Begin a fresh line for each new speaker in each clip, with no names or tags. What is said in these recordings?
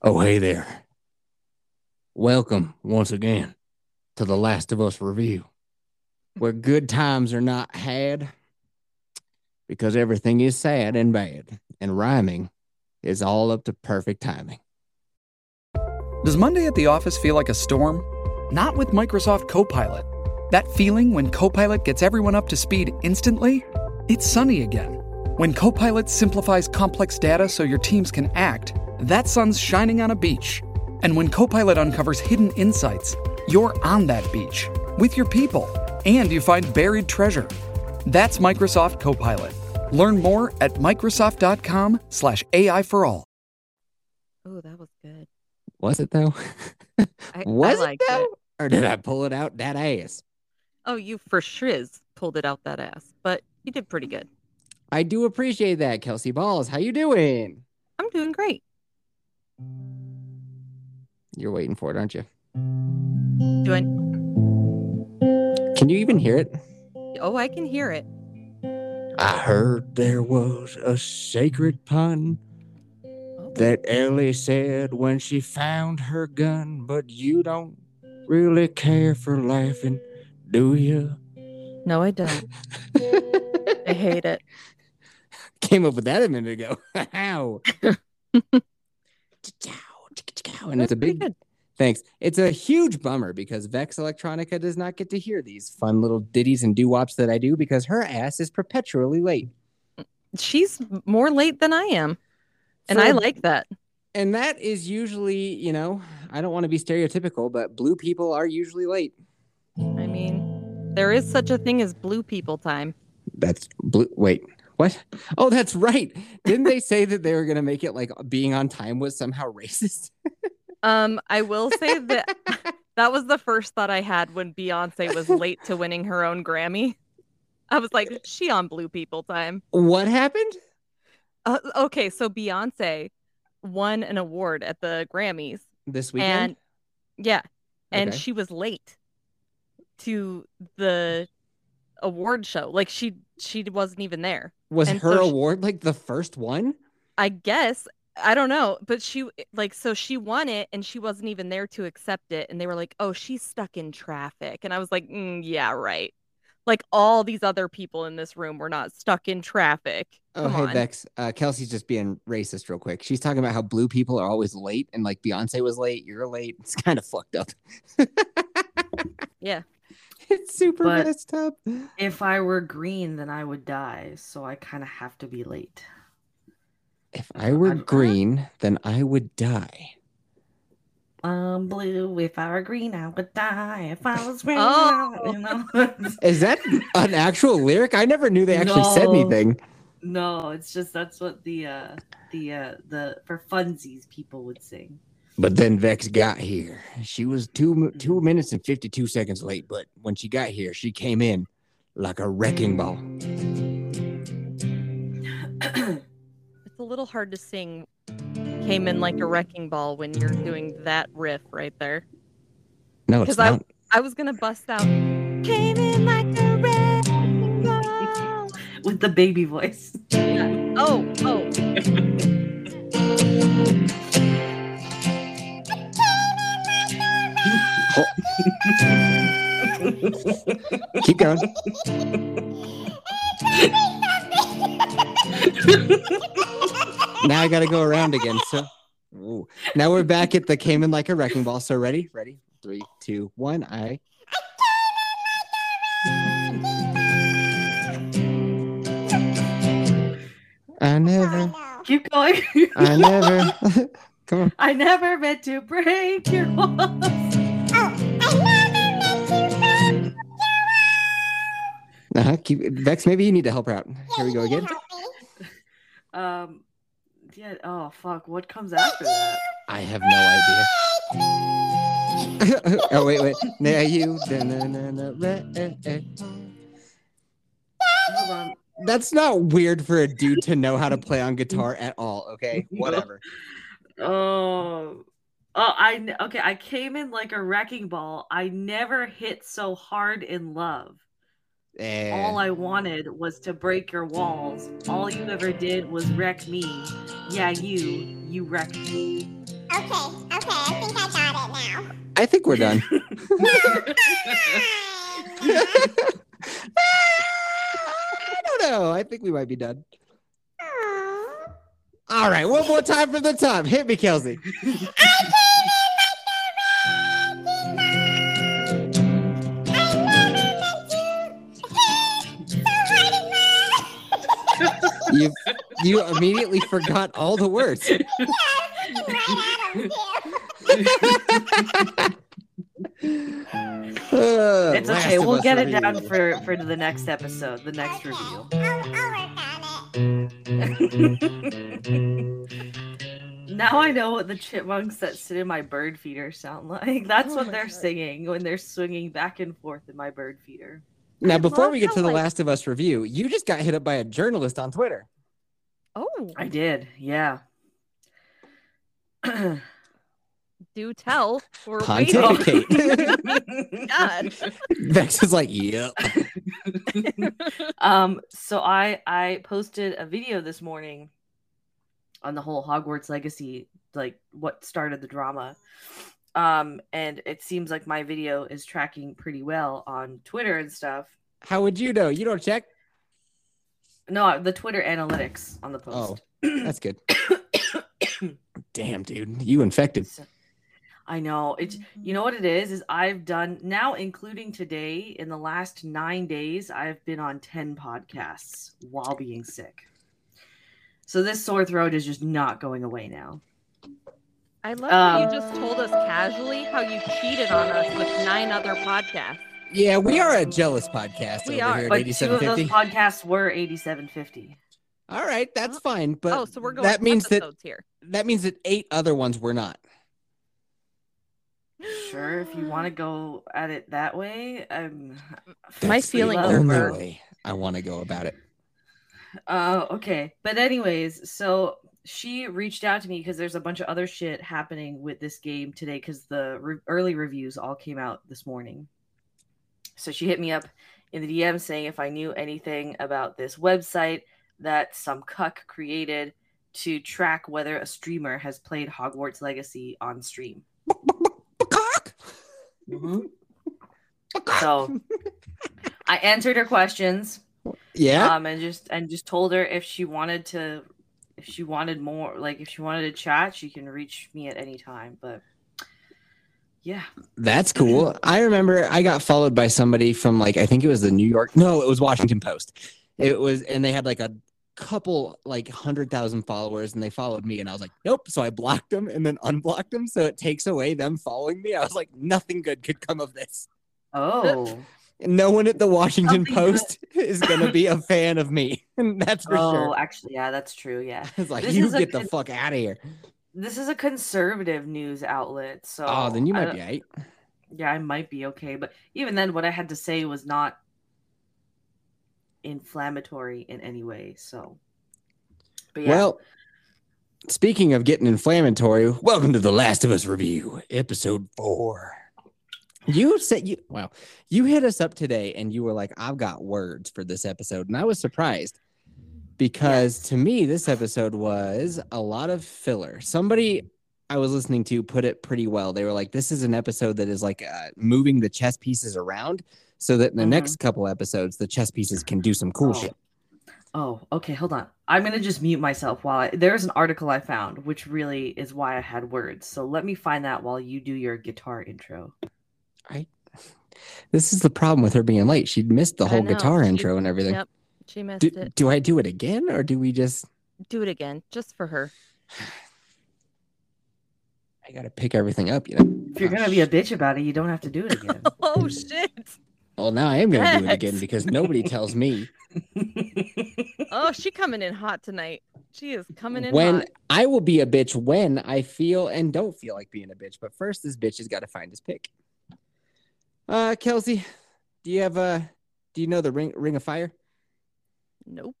Oh, hey there. Welcome once again to the Last of Us review, where good times are not had because everything is sad and bad, and rhyming is all up to perfect timing.
Does Monday at the office feel like a storm? Not with Microsoft Copilot. That feeling when Copilot gets everyone up to speed instantly? It's sunny again. When Copilot simplifies complex data so your teams can act, that sun's shining on a beach. And when Copilot uncovers hidden insights, you're on that beach with your people and you find buried treasure. That's Microsoft Copilot. Learn more at Microsoft.com/slash AI for all.
Oh, that was good.
Was it though?
I,
Was
I
it
liked
though? Or did I pull it out that ass?
Oh, you for shriz pulled it out that ass, but you did pretty good.
I do appreciate that, Kelsey Balls. How you doing?
I'm doing great.
You're waiting for it, aren't you?
Do I?
Can you even hear it?
Oh, I can hear it.
I heard there was a sacred pun
Oh,
that Ellie said when she found her gun, but you don't really care for laughing, do you?
No, I don't. I hate it.
Came up with that a minute ago. How? and
That's
it's a
pretty
big
good.
thanks. It's a huge bummer because Vex Electronica does not get to hear these fun little ditties and doo-wops that I do because her ass is perpetually late.
She's more late than I am, and
For
I
a
like that.
And that is usually, you know, I don't want to be stereotypical, but blue people are usually late.
I mean, there is such a thing as blue people time.
That's blue. Wait, what? Oh, that's right. Didn't they say that they were going to make it like being on time was somehow racist?
Um, I will say that that was the first thought I had when Beyonce was late to winning her own Grammy. I was like, she on blue people time.
What happened?
Uh, okay, so Beyonce won an award at the Grammys,
This weekend?
and yeah, and
Okay.
she was late to the award show. Like she she wasn't even there.
was
and
her
so she-
award like the first one?
I guess I don't know, but she like so she won it and she wasn't even there to accept it, and they were like, "Oh, she's stuck in traffic," and I was like, mm, "Yeah, right." Like all these other people in this room were not stuck in traffic.
Oh,
Come
hey,
on.
Vex. Uh, Kelsey's just being racist real quick. She's talking about how blue people are always late and like Beyonce was late. You're late. It's kind of fucked up.
Yeah.
It's super
But-
messed up.
If I were green, then I would die, so I kind of have to be late.
If I were
I'm-
green, then I would die.
I'm blue. If I were green, I would die. If I was green,
Oh.
I would, you know?
Is that an actual lyric? I never knew they actually said
No.
anything.
no, it's just that's what the uh the uh the for funsies people would sing.
But then Vex got here. She was two two minutes and fifty two seconds late. But when she got here, she came in like a wrecking ball.
It's a little hard to sing came in like a wrecking ball when you're doing that riff right there.
No, it's
Because I-
not.
I was gonna bust out came in like a wrecking ball.
With the baby voice.
Oh, oh.
Keep going. now I got to go around again. So Ooh. now we're back at the came in like a wrecking ball. So ready? Ready? Three, two, one. I. I never,
Keep going.
I never. Come on.
I never meant to break your walls.
Oh,
Uh-huh. Keep, Vex, maybe you need to help her out. Here we go again.
Um yeah, oh fuck, what comes after that?
I have no idea. oh wait, wait. Now you. da-na-na-na, re- eh, eh.
Hold on.
That's not weird for a dude to know how to play on guitar at all. Okay,
No.
whatever.
Oh, oh, I kn- okay. I came in like a wrecking ball. I never hit so hard in love.
Eh.
All I wanted was to break your walls. All you ever did was wreck me. Yeah, you, you wrecked me.
Okay, okay, I think I got it now.
I think we're done.
No, come on.
I don't know. I think we might be done.
Aw.
All right, one more time from the top. Hit me, Kelsey.
I came in like the wrecking ball. I never meant to hit so hard in my-
You you immediately forgot all the words.
Yeah, I'm looking right at 'em, too.
It's okay. We'll get it down for for the next episode, the next
Okay,
review.
I'll, I'll work on it.
Now I know what the chipmunks that sit in my bird feeder sound like. That's what they're singing when they're swinging back and forth in my bird feeder.
Now,
I
before
love
we get
how,
to the
like-
Last of Us review, you just got hit up by a journalist on Twitter.
Oh,
I did, yeah.
do tell. We're waiting.
Pontificate.
Oh
God.
Vex is like, yep.
um so i i posted a video this morning on the whole hogwarts legacy like what started the drama um and it seems like my video is tracking pretty well on twitter and stuff
How would you know? You don't check?
no the twitter analytics on the
Oh,
post
that's good. Damn, dude. You infected.
So- i know it's you know what it is is i've done now including today in the last nine days i've been on 10 podcasts while being sick so this sore throat is just not going away now
I love how
Um,
you just told us casually how you cheated on us with nine other podcasts.
Yeah, we are a jealous podcast
We
over
are.
here at
but two of those
8750.
podcasts were 8750
All right, that's fine. But
oh, so we're going
that means that
episodes here.
that means that eight other ones were not.
sure if you want to go at it that way um
My
That's the
feelings
are
only
hurt.
way I want to go about it.
uh okay but anyways so she reached out to me because there's a bunch of other shit happening with this game today because the re- early reviews all came out this morning so she hit me up in the dm saying if i knew anything about this website that some cuck created to track whether a streamer has played hogwarts legacy on stream
Cock!
So I answered her questions
Yeah.
um and just and just told her if she wanted to if she wanted more like if she wanted to chat, she can reach me at any time. But yeah.
That's cool. I remember I got followed by somebody from like I think it was the New York. No, it was Washington Post. It was, and they had like a couple like hundred thousand followers, and they followed me, and I was like, nope. So I blocked them and then unblocked them, so it takes away them following me. I was like, nothing good could come of this.
Oh.
No one at the Washington
Nothing good.
Post is gonna be a fan of me, and that's for
oh,
sure.
actually, yeah, that's true. Yeah.
It's like
Oh, this
you
is a
get the
good-
fuck out of here.
This is a conservative news outlet. So
Oh, then you
I
might
don't-
be right.
yeah, I might be okay. But even then what I had to say was not inflammatory in any way. So but yeah.
Well, speaking of getting inflammatory, welcome to the Last of Us review, episode four. You said you wow, you hit us up today and you were like, I've got words for this episode. And I was surprised because to me, this episode was a lot of filler. Somebody I was listening to put it pretty well. They were like, This is an episode that is like uh, moving the chess pieces around so that in the
Mhm.
next couple episodes, the chess pieces can do some cool
Oh.
shit.
Oh, okay. Hold on. I'm going to just mute myself while I, there's an article I found, which really is why I had words. So let me find that while you do your guitar intro.
This is the problem with her being late. She'd missed the
I
whole
know.
guitar
She-
intro and everything.
Yep, she missed
Do,
it.
do I do it again or do we just?
Do it again, just for her.
I gotta pick everything up, you know.
If you're going to be a bitch about it, you don't have to do it again.
Oh shit!
Well, now I am gonna do it again
Yes.
because nobody tells me
Oh, she coming in hot tonight. She is coming in
when
hot.
I will be a bitch when I feel and don't feel like being a bitch. But first, this bitch has got to find his pick. Uh, Kelsey, do you have uh, do you know the ring Ring of Fire?
Nope.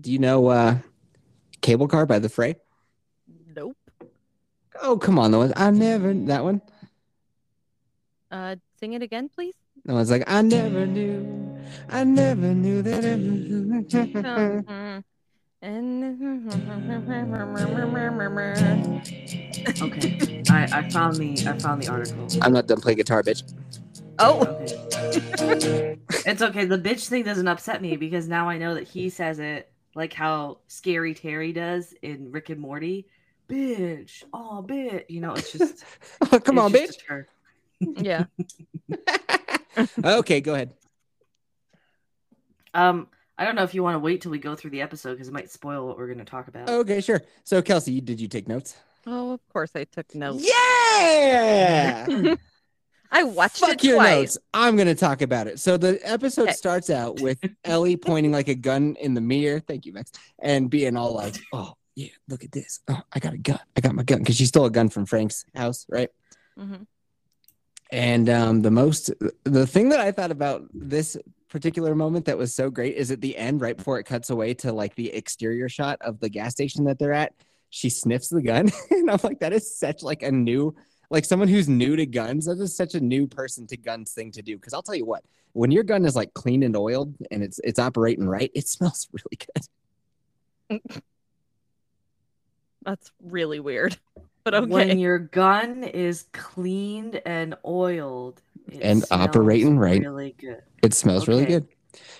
Do you know uh, Cable Car by the Fray?
Nope.
Oh, come on, the one I never that one.
Uh, sing it again, please.
The one's like I never knew, I never knew that. Ever...
Mm-mm. And
Okay. I, I found the I found the article.
I'm not done playing guitar, bitch.
oh,
Okay. it's okay. The bitch thing doesn't upset me because now I know that he says it like how Scary Terry does in Rick and Morty. Bitch. Oh, bitch. You know, it's just.
Oh,
Come on,
it's
bitch.
just a turn.
yeah.
okay, go ahead.
Um, I don't know if you want to wait till we go through the episode because it might spoil what we're going to talk about.
Okay, sure. So, Kelsey, you- did you take notes?
Oh, of course I took notes.
Yeah.
I watched
Fuck
it
your
twice.
notes. I'm going to talk about it. So the episode
Okay.
starts out with Ellie pointing like a gun in the mirror. Thank you, Max. And being all like, oh, yeah, look at this. Oh, I got a gun. I got my gun. Because she stole a gun from Frank's house, right?
Mhm.
And um, the most, the thing that I thought about this particular moment that was so great is at the end, right before it cuts away to like the exterior shot of the gas station that they're at, she sniffs the gun. and I'm like, that is such like a new, like someone who's new to guns, that is such a new person to guns thing to do. Cause I'll tell you what, when your gun is like cleaned and oiled and it's, it's operating right, it smells really good.
That's really weird, but
When
okay.
your gun is cleaned and oiled it
And
smells
operating right.
really good.
It smells really
Okay.
good.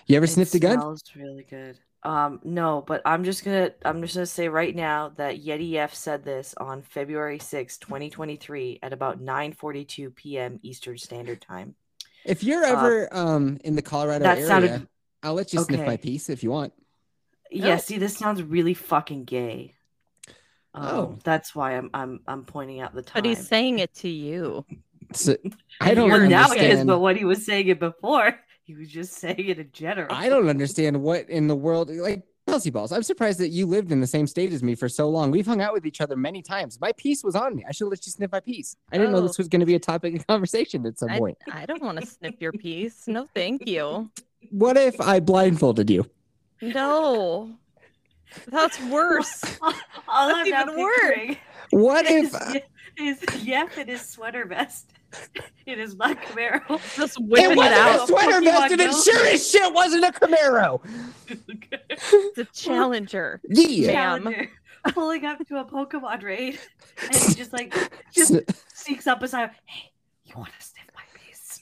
You ever
It
sniffed a gun?
Smells really good. Um, no, but I'm just gonna I'm just gonna say right now that Yeti F said this on February sixth, 2023, at about 9:42 p.m. Eastern Standard Time.
If you're
Uh,
ever um, in the Colorado
that
area,
sounded-
I'll let you sniff
Okay.
my piece if you want.
Oh.
Yeah, see, this sounds really fucking gay. Um,
Oh.
that's why I'm I'm I'm pointing out the time.
But he's saying it to you.
So, I don't
well, now it is,
understand.
but when he was saying it before, he was just saying it in general.
I don't understand what in the world, like Kelsey Balls. I'm surprised that you lived in the same state as me for so long. We've hung out with each other many times. My piece was on me. I should let you sniff my piece. I didn't know
Oh.
this was going to be a topic of conversation at some
I,
point.
I don't want to snip your piece. No, thank you.
What if I blindfolded you?
No, that's worse.
All all
That's
I'm now
even worse.
picturing
What if?
is, is Yep in his sweater vest, in his black Camaro.
Just
It
whipping it,
wasn't a
out.
sweater
Pokemon
vest, and it
Go.
sure as shit wasn't a Camaro.
It's a challenger.
Yeah,
Challenger pulling up to a Pokemon raid, and he just like just
Sn-
sneaks up beside. him, Hey, you want to sniff my piece?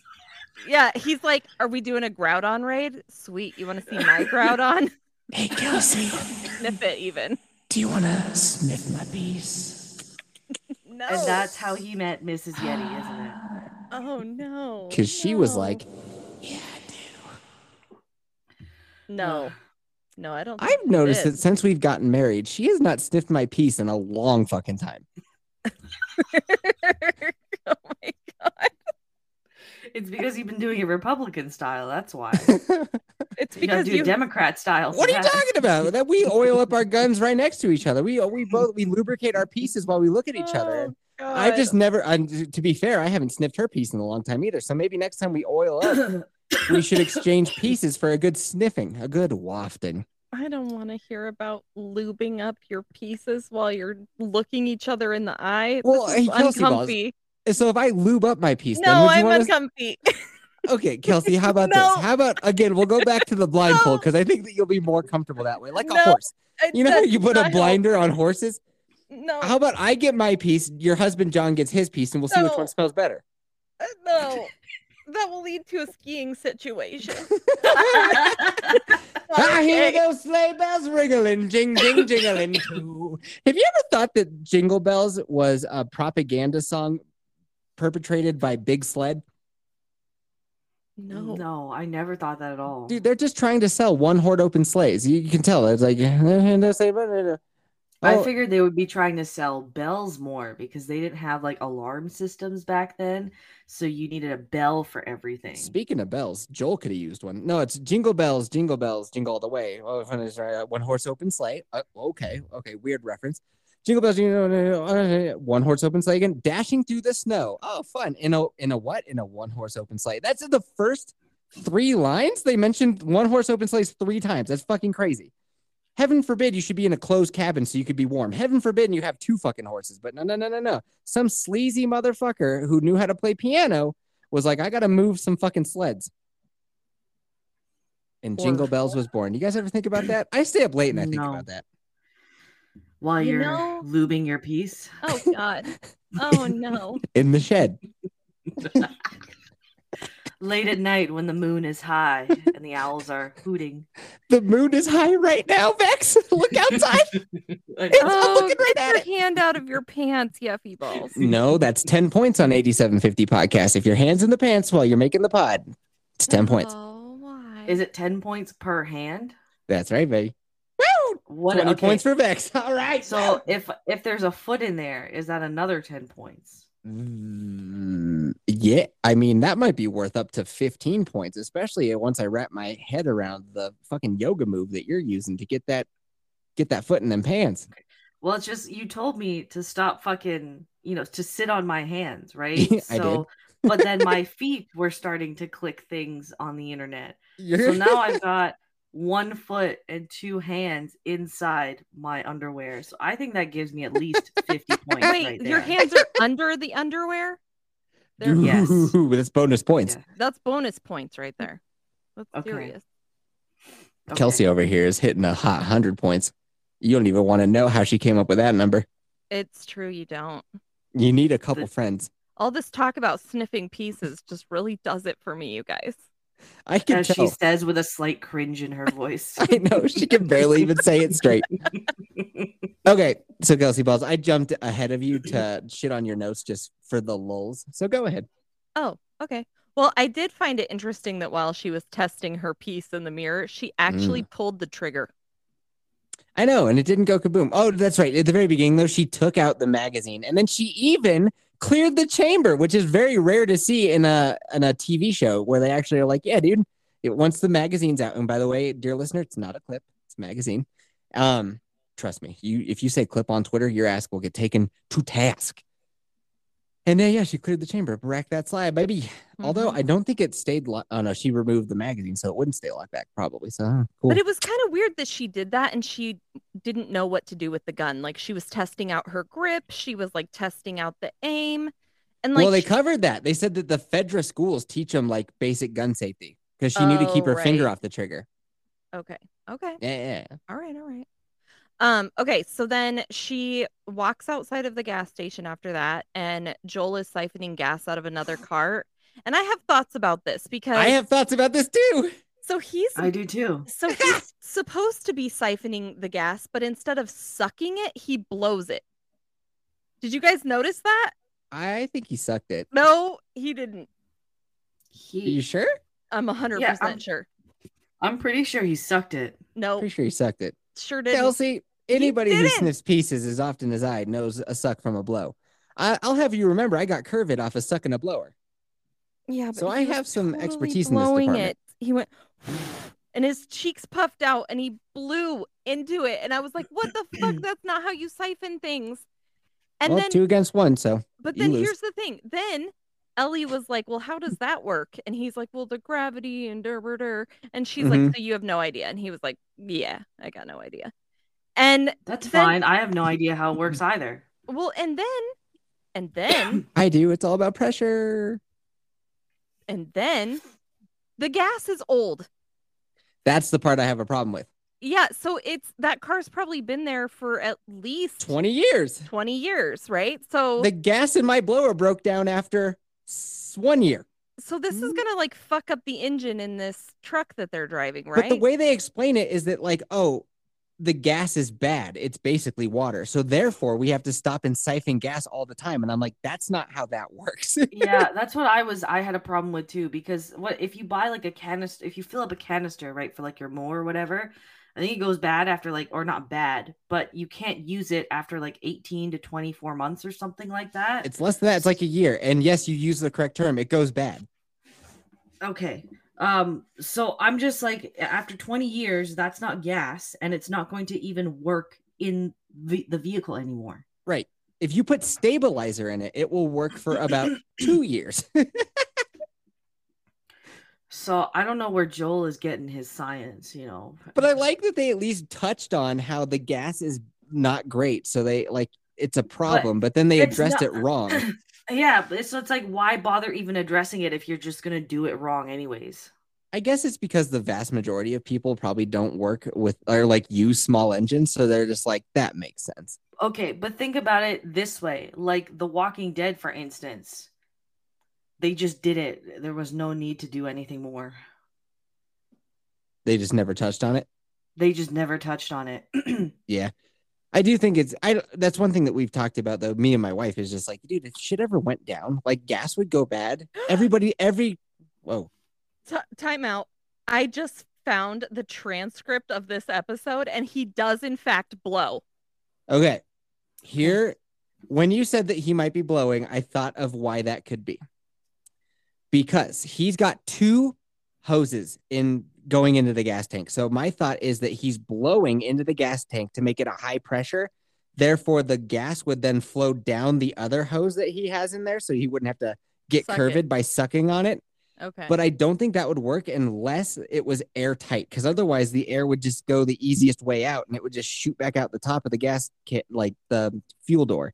Yeah, he's like, "Are we doing a Groudon raid? Sweet, you want to see my Groudon?
hey Kelsey,
Sniff it, even."
do you want to sniff my piece?
No.
And that's how he met Mrs. Yeti, isn't it?
Oh no.
Because she was
No.
like,
"No, no, I don't." think
I've
she
noticed
did.
that since we've gotten married, she has not sniffed my piece in a long fucking time.
oh my god!
It's because you've been doing it Republican style. That's why
It's
you gotta
because
do
you.
Democrat style.
What are you
for that.
talking about? That we oil up our guns right next to each other. We we both we lubricate our pieces while we look at each other.
Oh,
I've
God.
just never. i to be fair, I haven't sniffed her piece in a long time either. So maybe next time we oil up, we should exchange pieces for a good sniffing, a good wafting.
I don't want to hear about lubing up your pieces while you're looking each other in the eye.
Well,
this is
hey, Kelsey Balls,
uncomfy.
So if I lube up my piece, then
No,
would you
I'm
want
uncomfy.
to? Okay, Kelsey, how about
No.
this? How about again? We'll go back to the blindfold because I think that you'll be more comfortable that way, like a
No.
horse. You know how
That's
you put
not
a
how-
blinder on horses?
No,
How about I get my piece, your husband John gets his piece, and we'll see which
No.
one smells better.
uh, no, that will lead to a skiing situation.
I hear
Okay.
those sleigh bells ringling, jing, jing, jingling too. Have you ever thought that Jingle Bells was a propaganda song perpetrated by Big Sled?
No,
No. I never thought that at all.
Dude, they're just trying to sell one horde open sleighs. You, you can tell. It's like,
I
Oh,
figured they would be trying to sell bells more because they didn't have like alarm systems back then, so you needed a bell for everything.
Speaking of bells, Joel could have used one. No, it's jingle bells, jingle bells, jingle all the way. Oh, if it's, uh, one horse open sleigh. Uh, okay, okay, weird reference. Jingle bells, jingle, uh, one horse open sleigh again, dashing through the snow. Oh, fun! In a in a what? In a one horse open sleigh. That's the first three lines they mentioned one horse open sleighs three times. That's fucking crazy. Heaven forbid you should be in a closed cabin so you could be warm. Heaven forbid you have two fucking horses. But no, no, no, no, no. Some sleazy motherfucker who knew how to play piano was like, I gotta move some fucking sleds. And
Or-
Jingle Bells was born. You guys ever think about that? I stay up late and I think
No.
about that.
while
You
you are
know-
lubing your piece.
Oh God. Oh no.
in the shed.
Late at night when the moon is high and the owls are hooting.
The moon is high right now, Vex. Look outside.
I
It's- I'm
know.
Oh,
looking right
get
at
your
it.
hand out of your pants, yuffie balls.
no, that's 10 points on 8750 podcast. If your hands in the pants while you're making the pod, it's 10 points.
Oh my.
Is it 10 points per hand?
That's right, baby. Woo!
What
20
okay.
points for Vex. All right.
So if if there's a foot in there, is that another 10 points?
Mm, yeah, I mean that might be worth up to 15 points, especially once I wrap my head around the fucking yoga move that you're using to get that get that foot in them pants.
Well, it's just you told me to stop fucking, you know, to sit on my hands,
I
right?
did.
but then my feet were starting to click things on the internet. So
You're-
now I've got one foot and two hands inside my underwear. So I think that gives me at least 50 points.
Wait,
right
your
there.
hands are under the underwear? They're-
Dude. yes.
Ooh, that's bonus points.
Yeah.
That's bonus points right there. That's
Okay.
serious.
Okay.
Kelsey over here is hitting a hot hundred points. You don't even want to know how she came up with that number.
It's true you don't.
You need a couple
The-
friends.
All this talk about sniffing pieces just really does it for me, you guys.
I can
As
tell.
she says with a slight cringe in her voice.
I know she can barely even say it straight. Okay, so Kelsey Balls, I jumped ahead of you to shit on your notes just for the lulls. So go ahead.
Oh, okay. Well, I did find it interesting that while she was testing her piece in the mirror, she actually
Mm.
pulled the trigger.
I know, and it didn't go kaboom. Oh, that's right. At the very beginning, though, she took out the magazine, and then she even cleared the chamber, which is very rare to see in a in a TV show where they actually are like, "Yeah, dude, it, once the magazine's out." And by the way, dear listener, it's not a clip; it's a magazine. Um, trust me, you if you say clip on Twitter, your ass will get taken to task. And uh, yeah, she cleared the chamber, rack that slide, baby. Although
Mhm.
I don't think it stayed. Lo- oh no, she removed the magazine, so it wouldn't stay locked back, probably. So huh, cool.
But it was kind of weird that she did that and she didn't know what to do with the gun. Like she was testing out her grip, she was like testing out the aim. And like
well, they
she-
covered that. They said that the Fedra schools teach them like basic gun safety because she knew to keep
Oh,
her finger
right.
off the trigger.
Okay. Okay.
Yeah, yeah, yeah.
All right, all right. Um, okay, so then she walks outside of the gas station after that, and Joel is siphoning gas out of another cart. And I have thoughts about this because
I have thoughts about this too.
so he's
I do too.
so he's supposed to be siphoning the gas, but instead of sucking it, he blows it. Did you guys notice that?
I think he sucked it.
No, he didn't.
Are you
He,
sure?
I'm 100%
I'm-
sure.
I'm pretty sure he sucked it.
No,
Pretty sure he sucked it.
sure Oh. didn't.
Kelsey, anybody who
didn't.
sniffs pieces as often as I knows a suck from a blow. I, I'll have you remember, I got curved off of sucking a blower.
Yeah, but
So I
he was
have some
totally
expertise in this
blowing
department.
It. He went and his cheeks puffed out and he blew into it. And I was like, what the fuck? That's not how you siphon things. And
well,
then,
two against one, so
but
you
then
lose.
here's the thing. Then Ellie was like, well, how does that work? And he's like, well, the gravity and der, der, der. And she's
Mhm.
like, so you have no idea. And he was like, yeah, I got no idea. And
That's
Then-
fine. I have no idea how it works either.
well, and then, and then,
I do. It's all about pressure.
and then the gas is old.
That's the part I have a problem with.
Yeah, so it's that car's probably been there for at least 20,
20 years.
years, right? So
The gas in my blower broke down after s- one year.
so this is
Mm.
going to like fuck up the engine in this truck that they're driving, right?
But the way they explain it is that like, oh, the gas is bad. It's basically water. So therefore, we have to stop and siphon gas all the time. And I'm like, that's not how that works.
yeah, that's what I was. I had a problem with too because what if you buy like a canister? If you fill up a canister, right, for like your mower or whatever, I think it goes bad after like, or not bad, but you can't use it after like eighteen to twenty-four months or something like that.
it's less than that. It's like a year. And yes, you use the correct term. It goes bad.
okay. Um. So I'm just like, after twenty years, that's not gas, and it's not going to even work in the, the vehicle anymore.
Right. If you put stabilizer in it, it will work for about two years.
So I don't know where Joel is getting his science. You know,
but I like that they at least touched on how the gas is not great. So they like it's a problem, but, then they
it's
addressed
not-
it wrong.
yeah, but it's, so it's like why bother even addressing it if you're just gonna do it wrong anyways?
I guess it's because the vast majority of people probably don't work with or like use small engines, so they're just like that makes sense.
Okay, but think about it this way. Like The Walking Dead, for instance, they just did it. There was no need to do anything more.
They just never touched on it.
They just never touched on it.
I do think it's I. don't- That's one thing that we've talked about though. Me and my wife is just like, dude, if shit ever went down, like gas would go bad. Everybody, every whoa,
T- time out. I just found the transcript of this episode, and he does in fact blow.
okay. Here, when you said that he might be blowing, I thought of why that could be. Because he's got two hoses in going into the gas tank. So my thought is that he's blowing into the gas tank to make it a high pressure. Therefore, the gas would then flow down the other hose that he has in there, so he wouldn't have to get
Suck it.
curved by sucking on it.
Okay.
but I don't think that would work unless it was airtight because otherwise the air would just go the easiest way out and it would just shoot back out the top of the gas kit, like the fuel door,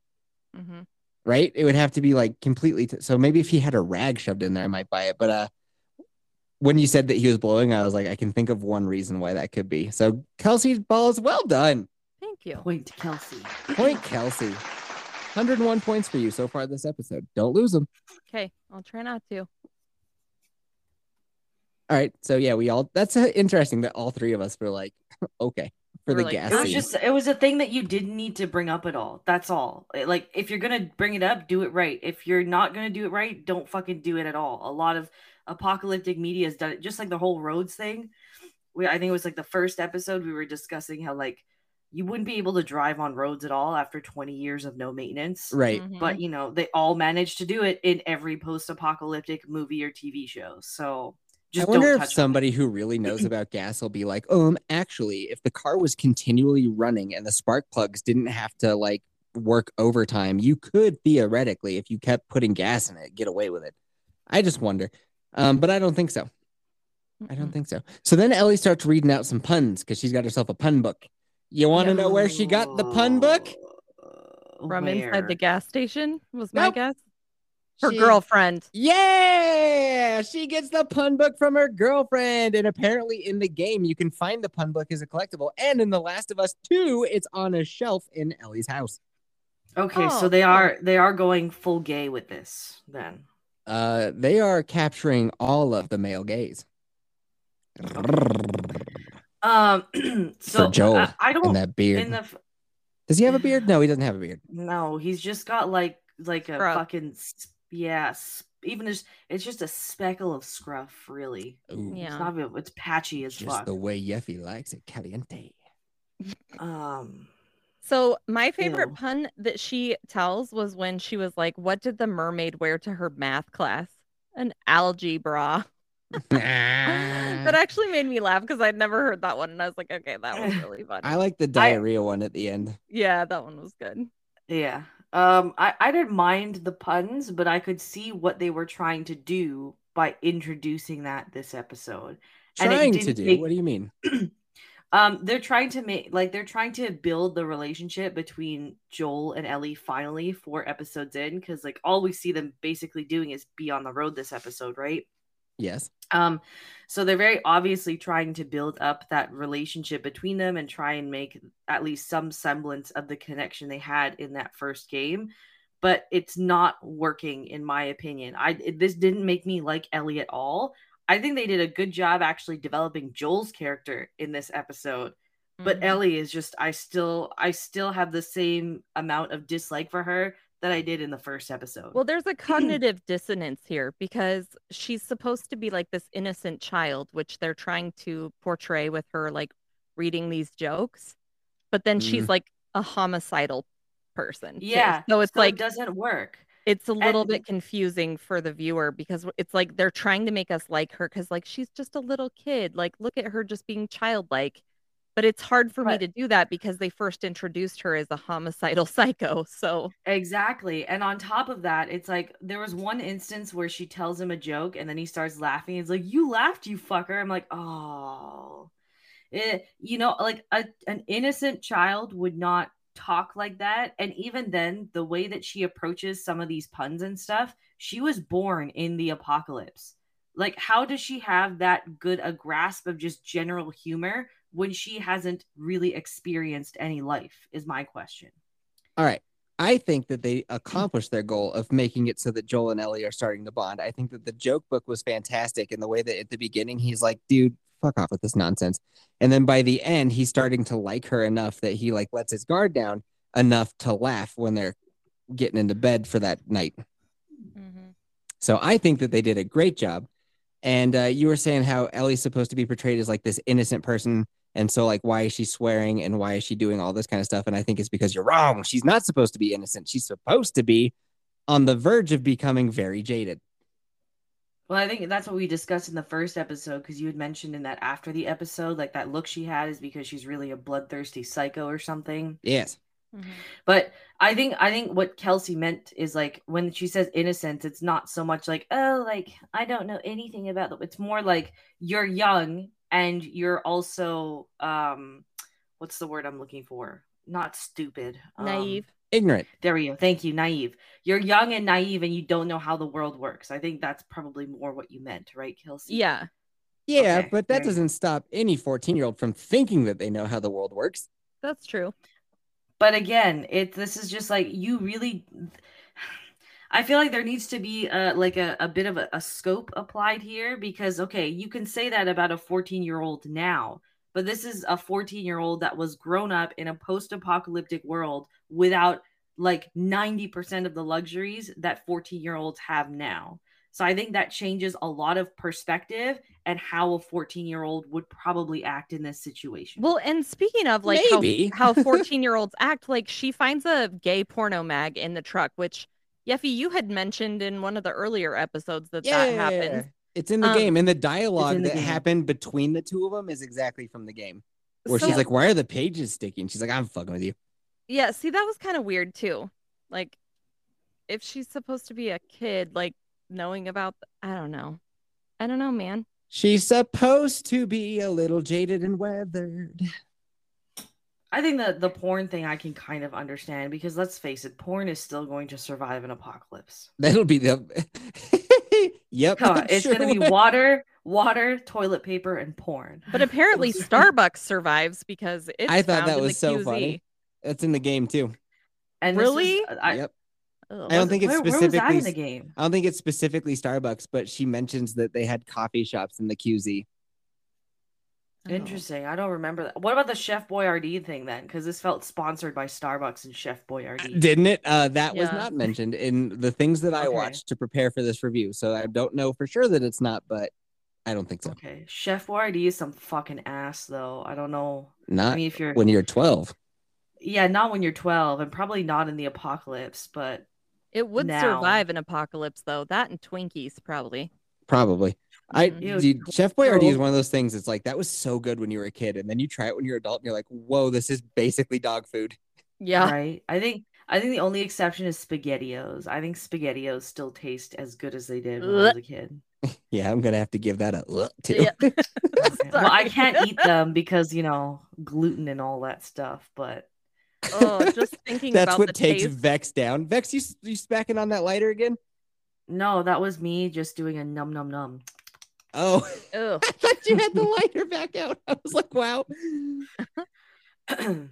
Mhm.
right? It would have to be like completely. T- so maybe if he had a rag shoved in there, I might buy it. But uh, when you said that he was blowing, I was like, I can think of one reason why that could be. So Kelsey's balls, well done.
Thank you.
Point to Kelsey.
Point Kelsey. 101 points for you so far this episode. Don't lose them.
Okay, I'll try not to.
All right. So yeah, we all that's uh, interesting that all three of us were like, okay, for
We're
the
like,
gas.
It was
scene.
just it was a thing that you didn't need to bring up at all. That's all. It- Like if you're gonna bring it up, do it right. If you're not gonna do it right, don't fucking do it at all. A lot of apocalyptic media has done it, just like the whole roads thing. We I think it was like the first episode we were discussing how like you wouldn't be able to drive on roads at all after 20 years of no maintenance.
Right.
Mhm.
But you know, they all managed to do it in every post-apocalyptic movie or TV show. So just
I wonder
don't
if
touch on it.
somebody who really knows about gas will be like, um, actually, if the car was continually running and the spark plugs didn't have to like work overtime, you could theoretically, if you kept putting gas in it, get away with it. I just wonder. Um, but I don't think so. I don't
Mhm.
think so. So then Ellie starts reading out some puns because she's got herself a pun book. You want to know where she got the pun book?
Uh,
From
where?
inside the gas station was my
Nope.
guess. Her
She-
girlfriend.
Yeah, she gets the pun book from her girlfriend. And apparently, in the game, you can find the pun book as a collectible. And in The Last of Us 2, it's on a shelf in Ellie's house.
Okay,
Oh,
so they
oh.
are they are going full gay with this then.
Uh, they are capturing all of the male gaze.
Um, so
Joel
I, I don't
And that beard.
in the f-
Does he have a beard? No, he doesn't have a beard.
no, he's just got like like a
Scruff.
fucking s- yeah, s- even just it's just a speckle of scruff really.
Ooh,
Yeah.
It's not even it's patchy as
Just
fuck.
the way Yeffy likes it caliente.
Um,
So my favorite
Ew.
pun that she tells was when she was like, "What did the mermaid wear to her math class? An algae bra."
Ah.
that actually made me laugh because I'd never heard that one, and I was like, "Okay, that was really funny."
I like the diarrhea one at the end.
yeah, that one was good.
yeah. Um, I I didn't mind the puns, but I could see what they were trying to do by introducing that this episode. and it
Trying to
didn't
do.
make-
What do you mean?
um they're trying to make like they're trying to build the relationship between joel and ellie finally four episodes in because like all we see them basically doing is be on the road this episode right
Yes.
um so they're very obviously trying to build up that relationship between them and try and make at least some semblance of the connection they had in that first game but it's not working in my opinion i it- this didn't make me like ellie at all i think they did a good job actually developing joel's character in this episode but
Mhm.
Ellie is just I still I still have the same amount of dislike for her that I did in the first episode.
Well, there's a cognitive dissonance here because she's supposed to be like this innocent child, which they're trying to portray with her like reading these jokes, but then she's like a homicidal person. too.
Mm-hmm. Yeah,
So it's
so
like
it doesn't work.
it's a little
and-
bit confusing for the viewer because it's like they're trying to make us like her because like she's just a little kid. Like look at her just being childlike. But it's hard for me
But-
to do that because they first introduced her as a homicidal psycho. So
Exactly. And on top of that, it's like there was one instance where she tells him a joke and then he starts laughing. He's like, You laughed, you fucker. I'm like, Oh, it, you know, like a, an innocent child would not talk like that. And even then, the way that she approaches some of these puns and stuff, she was born in the apocalypse. Like, how does she have that good a grasp of just general humor when she hasn't really experienced any life? Is my question.
All right. I think that they accomplished their goal of making it so that Joel and Ellie are starting to bond. I think that the joke book was fantastic in the way that at the beginning he's like, dude, fuck off with this nonsense. And then by the end, he's starting to like her enough that he like lets his guard down enough to laugh when they're getting into bed for that night.
Mhm.
So I think that they did a great job. And uh, you were saying how Ellie's supposed to be portrayed as like this innocent person. And so, like, why is she swearing and why is she doing all this kind of stuff? And I think it's because you're wrong. She's not supposed to be innocent. She's supposed to be on the verge of becoming very jaded.
Well, I think that's what we discussed in the first episode because you had mentioned in that after the episode, like that look she had is because she's really a bloodthirsty psycho or something.
Yes.
Mhm.
But I think I think what Kelsey meant is like when she says innocence, it's not so much like oh, like I don't know anything about it. It's more like you're young and you're also um, what's the word I'm looking for? Not stupid, um,
Naive.
Ignorant.
There we go. Thank you, naive. You're young and naive, and you don't know how the world works. I think that's probably more what you meant, right, Kelsey?
Yeah.
Yeah,
Okay,
but that
there you go.
doesn't stop any 14 year old from thinking that they know how the world works.
That's true.
but again it this is just like you really i feel like there needs to be a like a, a bit of a, a scope applied here because okay you can say that about a 14 year old now but this is a 14 year old that was grown up in a post-apocalyptic world without like 90% of the luxuries that 14 year olds have now so i think that changes a lot of perspective and how a 14 year old would probably act in this situation
Well, and speaking of like
Maybe.
how how 14 year olds act, like she finds a gay porno mag in the truck, which Yeffy, you had mentioned in one of the earlier episodes that that happens.
It's in the
Um,
game. And the dialogue
the
that
game.
happened between the two of them is exactly from the game. Where
So-
she's like, Why are the pages sticking? She's like, I'm fucking with you.
Yeah, see, that was kind of weird too. Like, if she's supposed to be a kid, like knowing about, I don't know, I don't know, man.
She's supposed to be a little jaded and weathered.
I think that the porn thing I can kind of understand because let's face it, porn is still going to survive an apocalypse.
That'll be the. yep.
Come on,
I'm
it's
sure
going to be
we're-
water, water, toilet paper, and porn.
But apparently, Starbucks survives because it's
I thought
found
that
in the
was so
QZ.
funny. That's in the game too.
And this was-
Really?
I,
yep.
Ugh.
I don't
was it-
think it's
where, where was that in the
specifically
game?
I don't think it's specifically Starbucks, but she mentions that they had coffee shops in the QZ.
Oh.
Interesting. I don't remember that. What about the Chef Boyardee thing then? Because this felt sponsored by Starbucks and Chef Boyardee.
Didn't it? Uh, that was
Yeah.
not mentioned in the things that I
Okay.
watched to prepare for this review. So I don't know for sure that it's not, but I don't think so.
Okay, Chef Boyardee is some fucking ass though. I don't know.
Not
I mean, if you're
when you're 12.
yeah, not when you're 12, and probably not in the apocalypse, but
It would
Now.
survive an apocalypse, though. That and Twinkies, probably.
Probably. I
Mhm.
Mm-hmm. Ew,
dude, Chef Boyardee is
12.
one of those things. It's like that was so good when you were a kid, and then you try it when you're an adult, and you're like, "Whoa, this is basically dog food."
Yeah.
Right. I think I think the only exception is spaghettios. I think spaghettios still taste as good as they did when I was a kid.
Yeah, I'm gonna have to give that a look too.
Yeah.
Well, I
Sorry.
can't eat them because, you know, gluten and all that stuff, but
Oh, just thinking
That's
about the
what takes
taste.
Vex down. Vex, you you smacking on that lighter again?
no, that was me just doing a num num num.
Oh,
Ugh.
I thought you had the lighter back out. I was like, wow.
I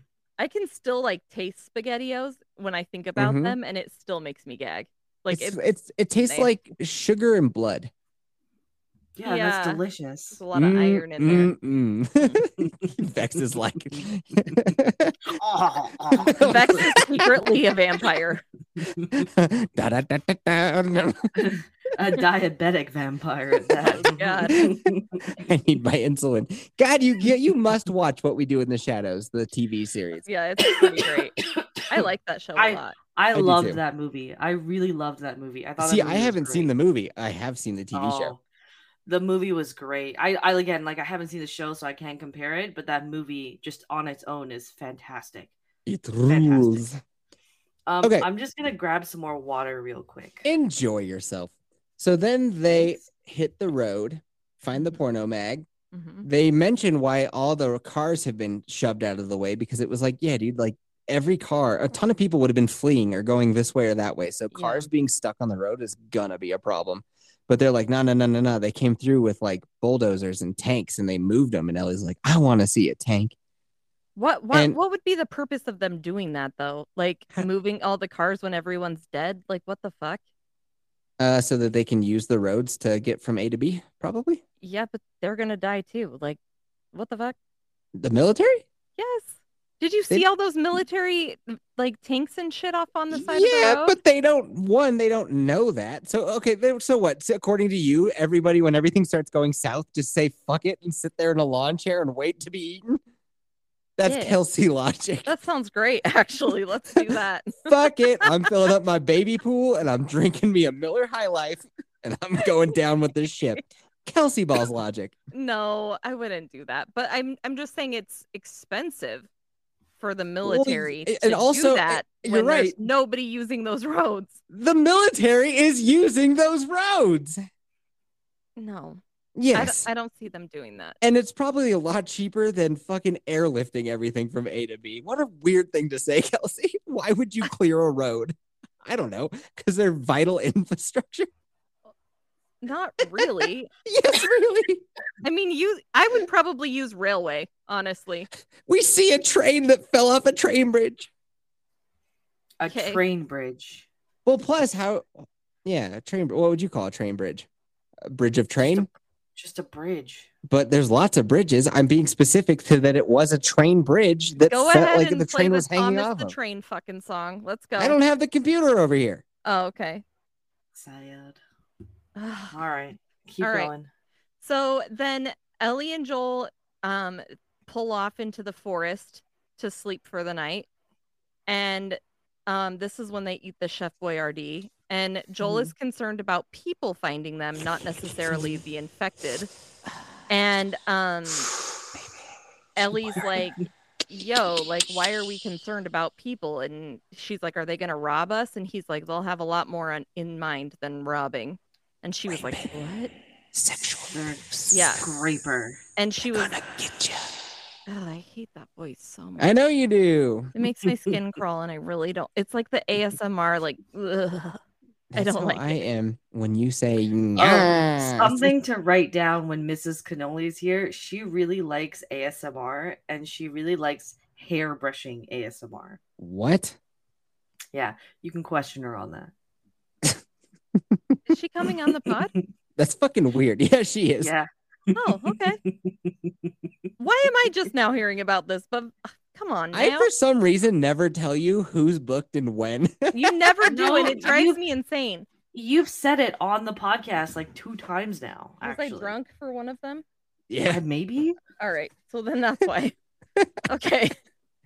can still like taste spaghettios when I think about
Mhm.
them, and it still makes me gag. Like
it's,
it's,
it's it tastes
man.
like sugar and blood.
yeah, that's
Yeah.
delicious.
there's a lot
mm,
of iron in there.
there. Vex is like mm.
Vex is secretly a vampire.
Da, da, da, da, da.
a diabetic vampire at that.
Oh, God.
I need my insulin. God, you get you must watch what we do in the shadows, the TV series.
Yeah, it's pretty great. I like that show a
I-
lot.
I
do
loved
too.
that movie. I really loved that movie. I thought
See,
that
I
movie was
haven't seen
great.
the movie. I have seen the TV show.
Oh, The movie was great. I, I again, like I haven't seen the show, so I can't compare it. But that movie, just on its own, is fantastic.
It rules.
Um,
Okay.
I'm just gonna grab some more water real quick.
Enjoy yourself. So then they hit the road, find the porno mag,
Mhm.
they mention why all the cars have been shoved out of the way because it was like, yeah, dude, like every car, a ton of people would have been fleeing or going this way or that way. So
Yeah.
cars being stuck on the road is gonna be a problem. But they're like, no, no, no, no, no. They came through with like bulldozers and tanks and they moved them. And Ellie's like, I want to see a tank.
What what
And-
what would be the purpose of them doing that though? Like moving all the cars when everyone's dead? Like what the fuck?
Uh, so that they can use the roads to get from A to B, probably.
Yeah, but they're gonna die too. Like what the fuck?
The military?
Yes. Did you
They-
see all those military like tanks and shit off on the side
yeah,
of the road?
but they don't. One, they don't know that. So okay, they, so what? So according to you, everybody, when everything starts going south, just say fuck it and sit there in a lawn chair and wait to be eaten. That's
Yeah.
Kelsey logic.
That sounds great, actually. Let's do that.
fuck it. I'm filling up my baby pool and I'm drinking me a Miller High Life and I'm going down with this ship. Kelsey Ball's logic.
No, I wouldn't do that. But I'm I'm just saying it's expensive for the
y-
military
and
to
also,
do that
you're
when there's
right.
nobody using those roads.
The military is using those roads.
No. I don't,
Yes.
I don't see them doing that.
and it's probably a lot cheaper than fucking airlifting everything from A to B. What a weird thing to say, Kelsey. Why would you clear a road? I don't know, because they're vital infrastructure.
Not really.
Yes, really.
I mean, you I would probably use railway, honestly.
we see a train that fell off a train bridge.
A
Okay.
train bridge.
Well, plus how? Yeah, a train. What would you call a train bridge? A bridge of train.
Just a bridge.
but there's lots of bridges. I'm being specific to that. It was a train bridge that
Go
felt
ahead
like
and
the
play
train
the
was hanging
Thomas
off.
the
of.
train fucking song. Let's go.
I don't have the computer over here.
Oh, okay.
Sad. All right. Keep
All right.
going.
So then Ellie and Joel um pull off into the forest to sleep for the night. And um this is when they eat the Chef Boyardee and Joel is concerned about people finding them, not necessarily the infected. And um Ellie's like, "Yo, like why are we concerned about people?" And she's like, "Are they going to rob us?" And he's like, "They'll have a lot more on, in mind than robbing." And she was like, "What?"
Sexual.
They're
Yeah.
Scraper.
And she was
get you.
Oh, I hate that voice so much.
I know you do.
It makes my skin crawl, and I really don't. It's like the ASMR, like, ugh. I
That's
don't
how
like
I
it.
am when you say "Nyah."
Something to write down when Mrs. Cannoli is here. She really likes ASMR and she really likes hair brushing ASMR.
What?
Yeah, you can question her on that.
is she coming on the pod?
That's fucking weird. Yeah, she is.
Yeah.
Oh, okay. Why am I just now hearing about this? But ugh, come on now.
I for some reason never tell you who's booked and when.
You never do, and
No,
it drives
you-
me insane.
You've said it on the podcast like two times now.
Was
actually.
I drunk for one of them?
yeah.
Yeah, maybe.
All right. So then that's why. okay.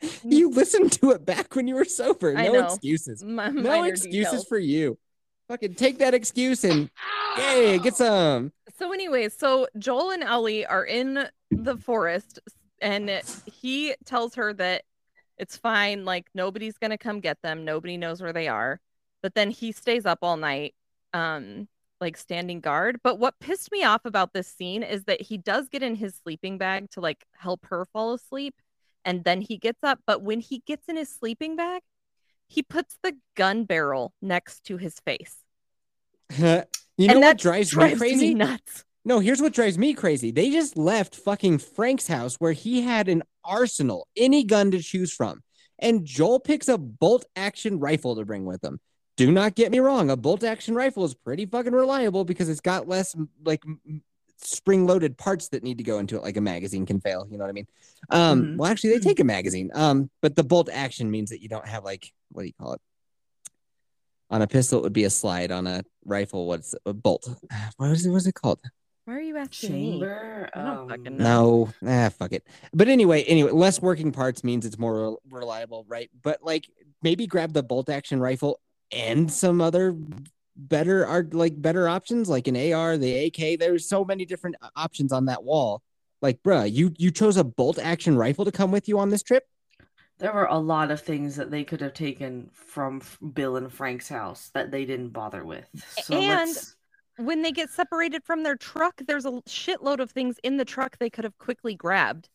You listened to it back when you were sober.
I
No
know.
excuses.
My,
No excuses for you. Fucking take that excuse and yay, get some.
So, anyways, so Joel and Ellie are in the forest, and he tells her that it's fine, like nobody's gonna come get them, nobody knows where they are. But then he stays up all night, um, like standing guard. But what pissed me off about this scene is that he does get in his sleeping bag to like help her fall asleep, and then he gets up. But when he gets in his sleeping bag, he puts the gun barrel next to his face.
you know
and
what
that
drives, me crazy?
nuts.
No, here's what drives me crazy. They just left fucking Frank's house where he had an arsenal, any gun to choose from. And Joel picks a bolt action rifle to bring with him. Do not get me wrong, a bolt action rifle is pretty fucking reliable because it's got less like spring loaded parts that need to go into it, like a magazine can fail. You know what I mean? Um,
Mhm.
Well, actually, they take a magazine, um, but the bolt action means that you don't have like what do you call it? On a pistol, it would be a slide. On a rifle, what's a bolt? What was it? What's it called?
Why are you asking me?
Chamber.
I don't
Um,
fucking know.
No, ah, fuck it. But anyway, anyway, less working parts means it's more rel- reliable, right? But like maybe grab the bolt action rifle and some other better are like better options, like an AR, the AK. There's so many different o- options on that wall. Like, bruh, you you chose a bolt action rifle to come with you on this trip.
There were a lot of things that they could have taken from F- Bill and Frank's house that they didn't bother with. So
And-
let's-
When they get separated from their truck, there's a shitload of things in the truck they could have quickly grabbed.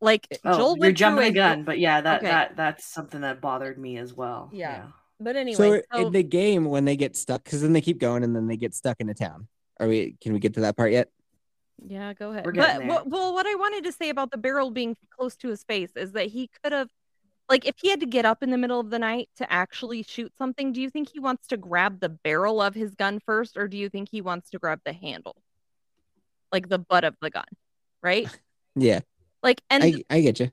Like
oh,
Joel
you're
went through
jumping the
his-
gun, but yeah, that
Okay.
that that's something that bothered me as well.
Yeah. But anyway,
so
so,
in the game, when they get stuck, because then they keep going and then they get stuck in a town. Are we? Can we get to that part yet?
yeah, go ahead.
We're
But
getting there.
well, well, what I wanted to say about the barrel being close to his face is that he could have, like, if he had to get up in the middle of the night to actually shoot something, do you think he wants to grab the barrel of his gun first, or do you think he wants to grab the handle, like the butt of the gun, right?
Yeah,
Like, and
I, I get you.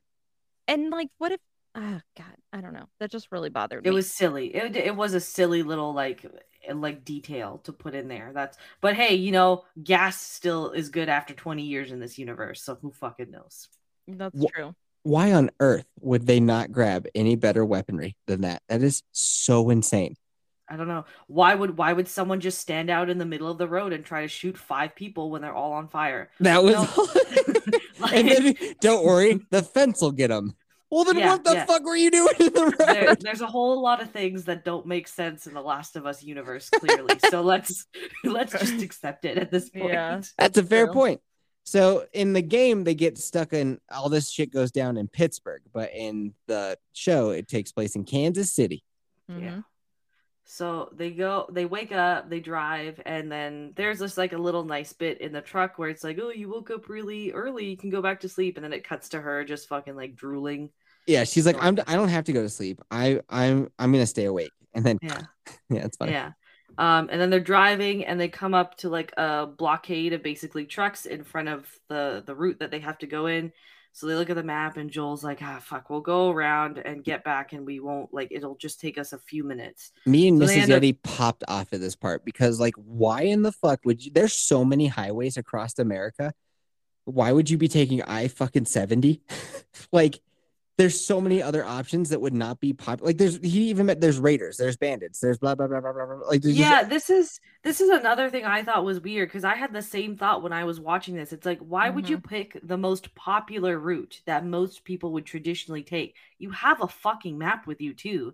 and like, what if? Ah, God, I don't know. That just really bothered
It
me.
was silly. It, it was a silly little like like detail to put in there. That's but hey, you know, gas still is good after 20 years in this universe, so who fucking knows?
That's
Wha-
true.
Why on earth would they not grab any better weaponry than that? That is so insane.
I don't know. Why would why would someone just stand out in the middle of the road and try to shoot five people when they're all on fire?
That was.
Like,
and then, don't worry, the fence will get them. Well, then
Yeah,
what the
yeah.
fuck were you doing in the road?
there, there's a whole lot of things that don't make sense in the Last of Us universe, clearly. so let's let's just accept it at this point.
Yeah.
That's a fair
True.
point. So in the game, they get stuck in all this shit goes down in Pittsburgh, but in the show, it takes place in Kansas City.
Yeah.
Mhm.
So they go, they wake up, they drive, and then there's just like a little nice bit in the truck where it's like, oh, you woke up really early, you can go back to sleep, and then it cuts to her just fucking like drooling.
Yeah, she's like,
Sure.
I'm I don't have to go to sleep. I I'm I'm gonna stay awake. And then yeah,
Yeah,
it's funny.
yeah. Um, and then they're driving, and they come up to like a blockade of basically trucks in front of the the route that they have to go in. So they look at the map, and Joel's like, ah, fuck, we'll go around and get back, and we won't like it'll just take us a few minutes.
Me and
So they
Mrs.
end up-
Yeti popped off at this part because like, why in the fuck would you there's so many highways across America? Why would you be taking I fucking 70? like there's so many other options that would not be pop. Like there's he even met there's raiders, there's bandits, there's blah blah blah blah blah. blah. Like there's just
yeah this is this is another thing i thought was weird because i had the same thought when i was watching this it's like why would you pick the most popular route that most people would traditionally take you have a fucking map with you too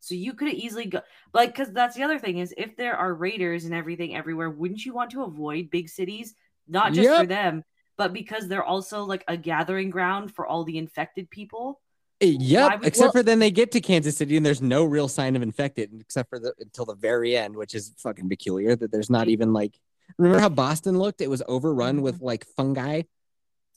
so you could easily go like because that's the other thing is if there are raiders and everything everywhere wouldn't you want to avoid big cities not just for
Yep.
them but because they're also like a gathering ground for all the infected people Why
eh, Yep.
would-
Except
well-
for then they get to Kansas City and there's no real sign of infected except for the until the very end, which is fucking peculiar that there's not even like remember how Boston looked? It was overrun with like fungi.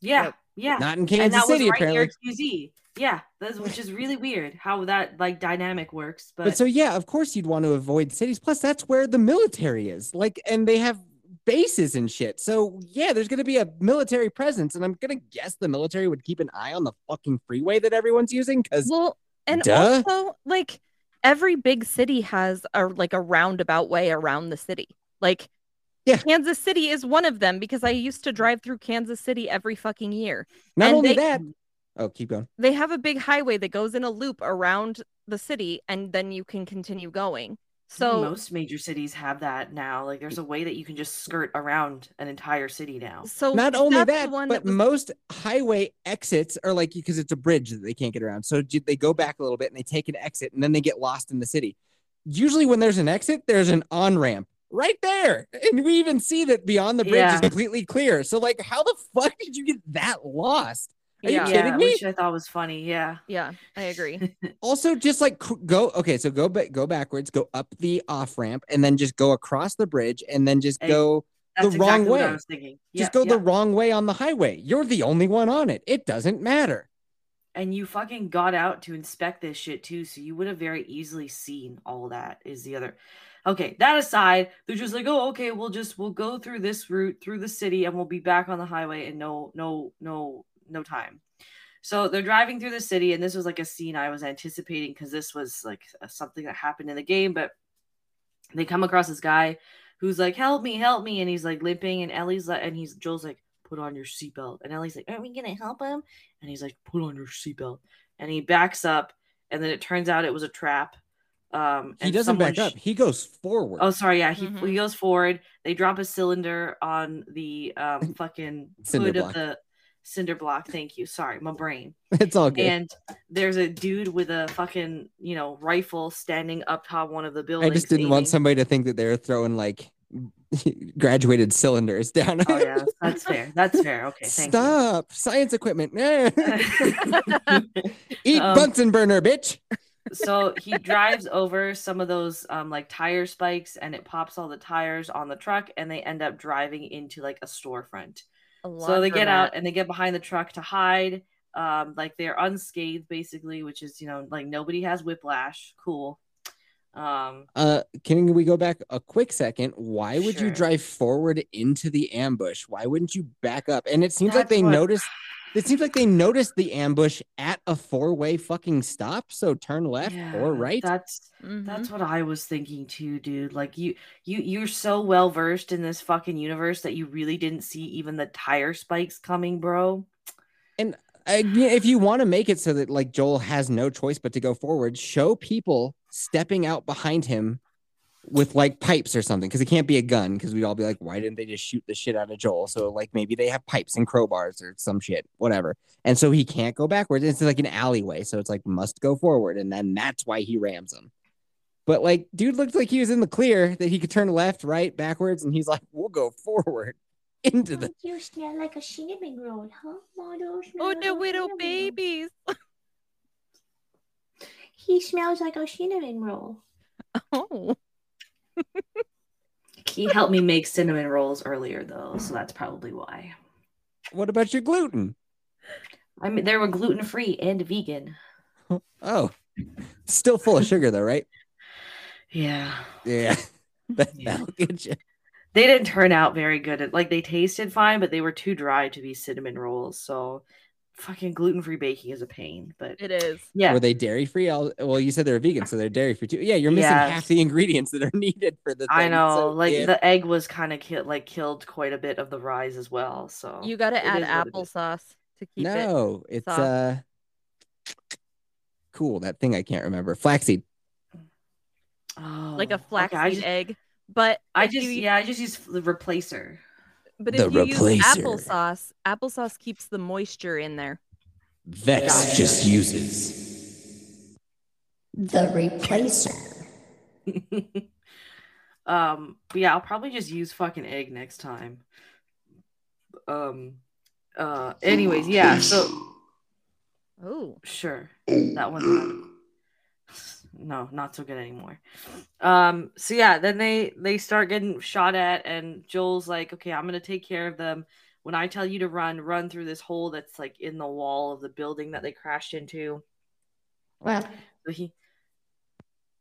yeah
Yep.
Mm-hmm. yeah
Not in Kansas
and that
City
was right
apparently.
near QZ. Yeah, that's, which is really weird how that like dynamic works. But,
but so yeah, of course you'd want to avoid cities. Plus, that's where the military is. Like, and they have bases and shit. So yeah, there's gonna be a military presence, and I'm gonna guess the military would keep an eye on the fucking freeway that everyone's using because
Well, and
Duh.
also like every big city has a like a roundabout way around the city. Like
Yeah.
Kansas City is one of them because I used to drive through Kansas City every fucking year.
not
and
only
they-
that. Oh, keep going.
They have a big highway that goes in a loop around the city and then you can continue going. So
most major cities have that now. Like there's a way that you can just skirt around an entire city now.
so
Not only
Oh, that's the
that,
one
but
was-
most highway exits are like because it's a bridge that they can't get around. So j- they go back a little bit and they take an exit, and then they get lost in the city. Usually, when there's an exit, there's an on ramp right there, and we even see that beyond the bridge
Yeah.
is completely clear. So, like, how the fuck did you get that lost? Are you
yeah.
kidding me?
Which I thought was funny. Yeah.
Yeah, I agree.
Also, just like cr- go okay, so go back, go backwards, go up the off ramp, and then just go across the bridge, and then just
Hey,
go.
That's
The wrong
exactly what
way.
I was thinking.
Just
Yeah,
go the
yeah.
wrong way on the highway. You're the only one on it. It doesn't matter.
and you fucking got out to inspect this shit too, so you would have very easily seen all that. Is the other? Okay, that aside, they're just like, oh, okay, we'll just we'll go through this route through the city and we'll be back on the highway in no no no no time. So they're driving through the city, and this was like a scene I was anticipating because this was like something that happened in the game. But they come across this guy who's like, "Help me, help me!" and he's like limping, and Ellie's like, and he's Joel's like, "Put on your seatbelt," and Ellie's like, "Aren't we gonna help him?" And he's like, "Put on your seatbelt," and he backs up, and then it turns out it was a trap. Um,
He
and
doesn't
someone
back
sh-
up. He goes forward.
Oh, sorry. Yeah, he,
Mm-hmm.
Mhm.
he goes forward. They drop a cylinder on the um fucking
Cinder
hood
block.
of the cinder block. Thank you. Sorry, my brain.
it's all good.
And there's a dude with a fucking you know rifle standing up top one of the
I
buildings.
just didn't want
aiming.
somebody to think that they were throwing like graduated cylinders down.
Oh yeah, that's fair. That's fair. Okay, thank you.
Stop! Science equipment. Eh. Eat
Um,
Bunsen burner, bitch.
so he drives over some of those um, like tire spikes and it pops all the tires on the truck and they end up driving into like a storefront
A
so they get out
laundromat.
and they get behind the truck to hide um, like they're unscathed basically which is you know like nobody has whiplash cool um,
Uh, can we go back a quick second? Why would you
Sure.
drive forward into the ambush? Why wouldn't you back up? And it seems like
That's
they
what-
noticed. It seems like they noticed the ambush at a four-way fucking stop. So turn left
Yeah,
or right.
that's
Mhm.
That's what I was thinking too, dude. Like you you you're so well versed in this fucking universe that you really didn't see even the tire spikes coming, bro.
I- yeah, if you want to make it so that like Joel has no choice but to go forward, show people stepping out behind him with like pipes or something because it can't be a gun because we'd all be like, why didn't they just shoot the shit out of Joel? So like maybe they have pipes and crowbars or some shit, whatever. And so he can't go backwards. It's like an alleyway, so it's like must go forward, and then that's why he rams him. But like, dude looked like he was in the clear that he could turn left, right, backwards, and he's like, we'll go forward into the
You're scared like a cinnamon roll, huh, Mono?
oh
smells
no,
like
widow
cinnamon roll.
babies.
He smells like a cinnamon roll.
Oh,
He helped me make cinnamon rolls earlier though, so that's probably why.
what about your gluten?
I mean they were gluten free and vegan.
Oh, still full of sugar though, right?
Yeah.
Yeah, that,
Yeah.
that'll get you.
They didn't turn out very good. At, like they tasted fine, but they were too dry to be cinnamon rolls. So fucking gluten free baking is a pain. But
it is.
yeah.
Were they dairy free? Well, you said they were vegan, so they're dairy free too. Yeah, you're missing
Yes.
half the ingredients that are needed for the. Thing.
I know,
so
like
yeah.
the egg was kind of ki- like killed quite a bit of the rise as well. So
You got to
Oh,
add
it is what it is.
applesauce to keep it.
no, it's
soft.
uh, cool that thing I can't remember. Flaxseed.
like
Oh,
a
okay,
flaxseed
I just,
egg. But
I
if
just
you,
yeah, I just use the replacer.
but
The
if you
replacer.
use applesauce, applesauce keeps the moisture in there.
Vex just uses.
The replacer.
um, but yeah, I'll probably just use fucking egg next time. Um, uh, anyways, yeah. So
Oh,
sure, that one's not- no, not so good anymore. Um, so yeah, then they they start getting shot at, and Joel's like, okay, I'm gonna take care of them. When I tell you to run, run through this hole that's like in the wall of the building that they crashed into.
Well,
So he,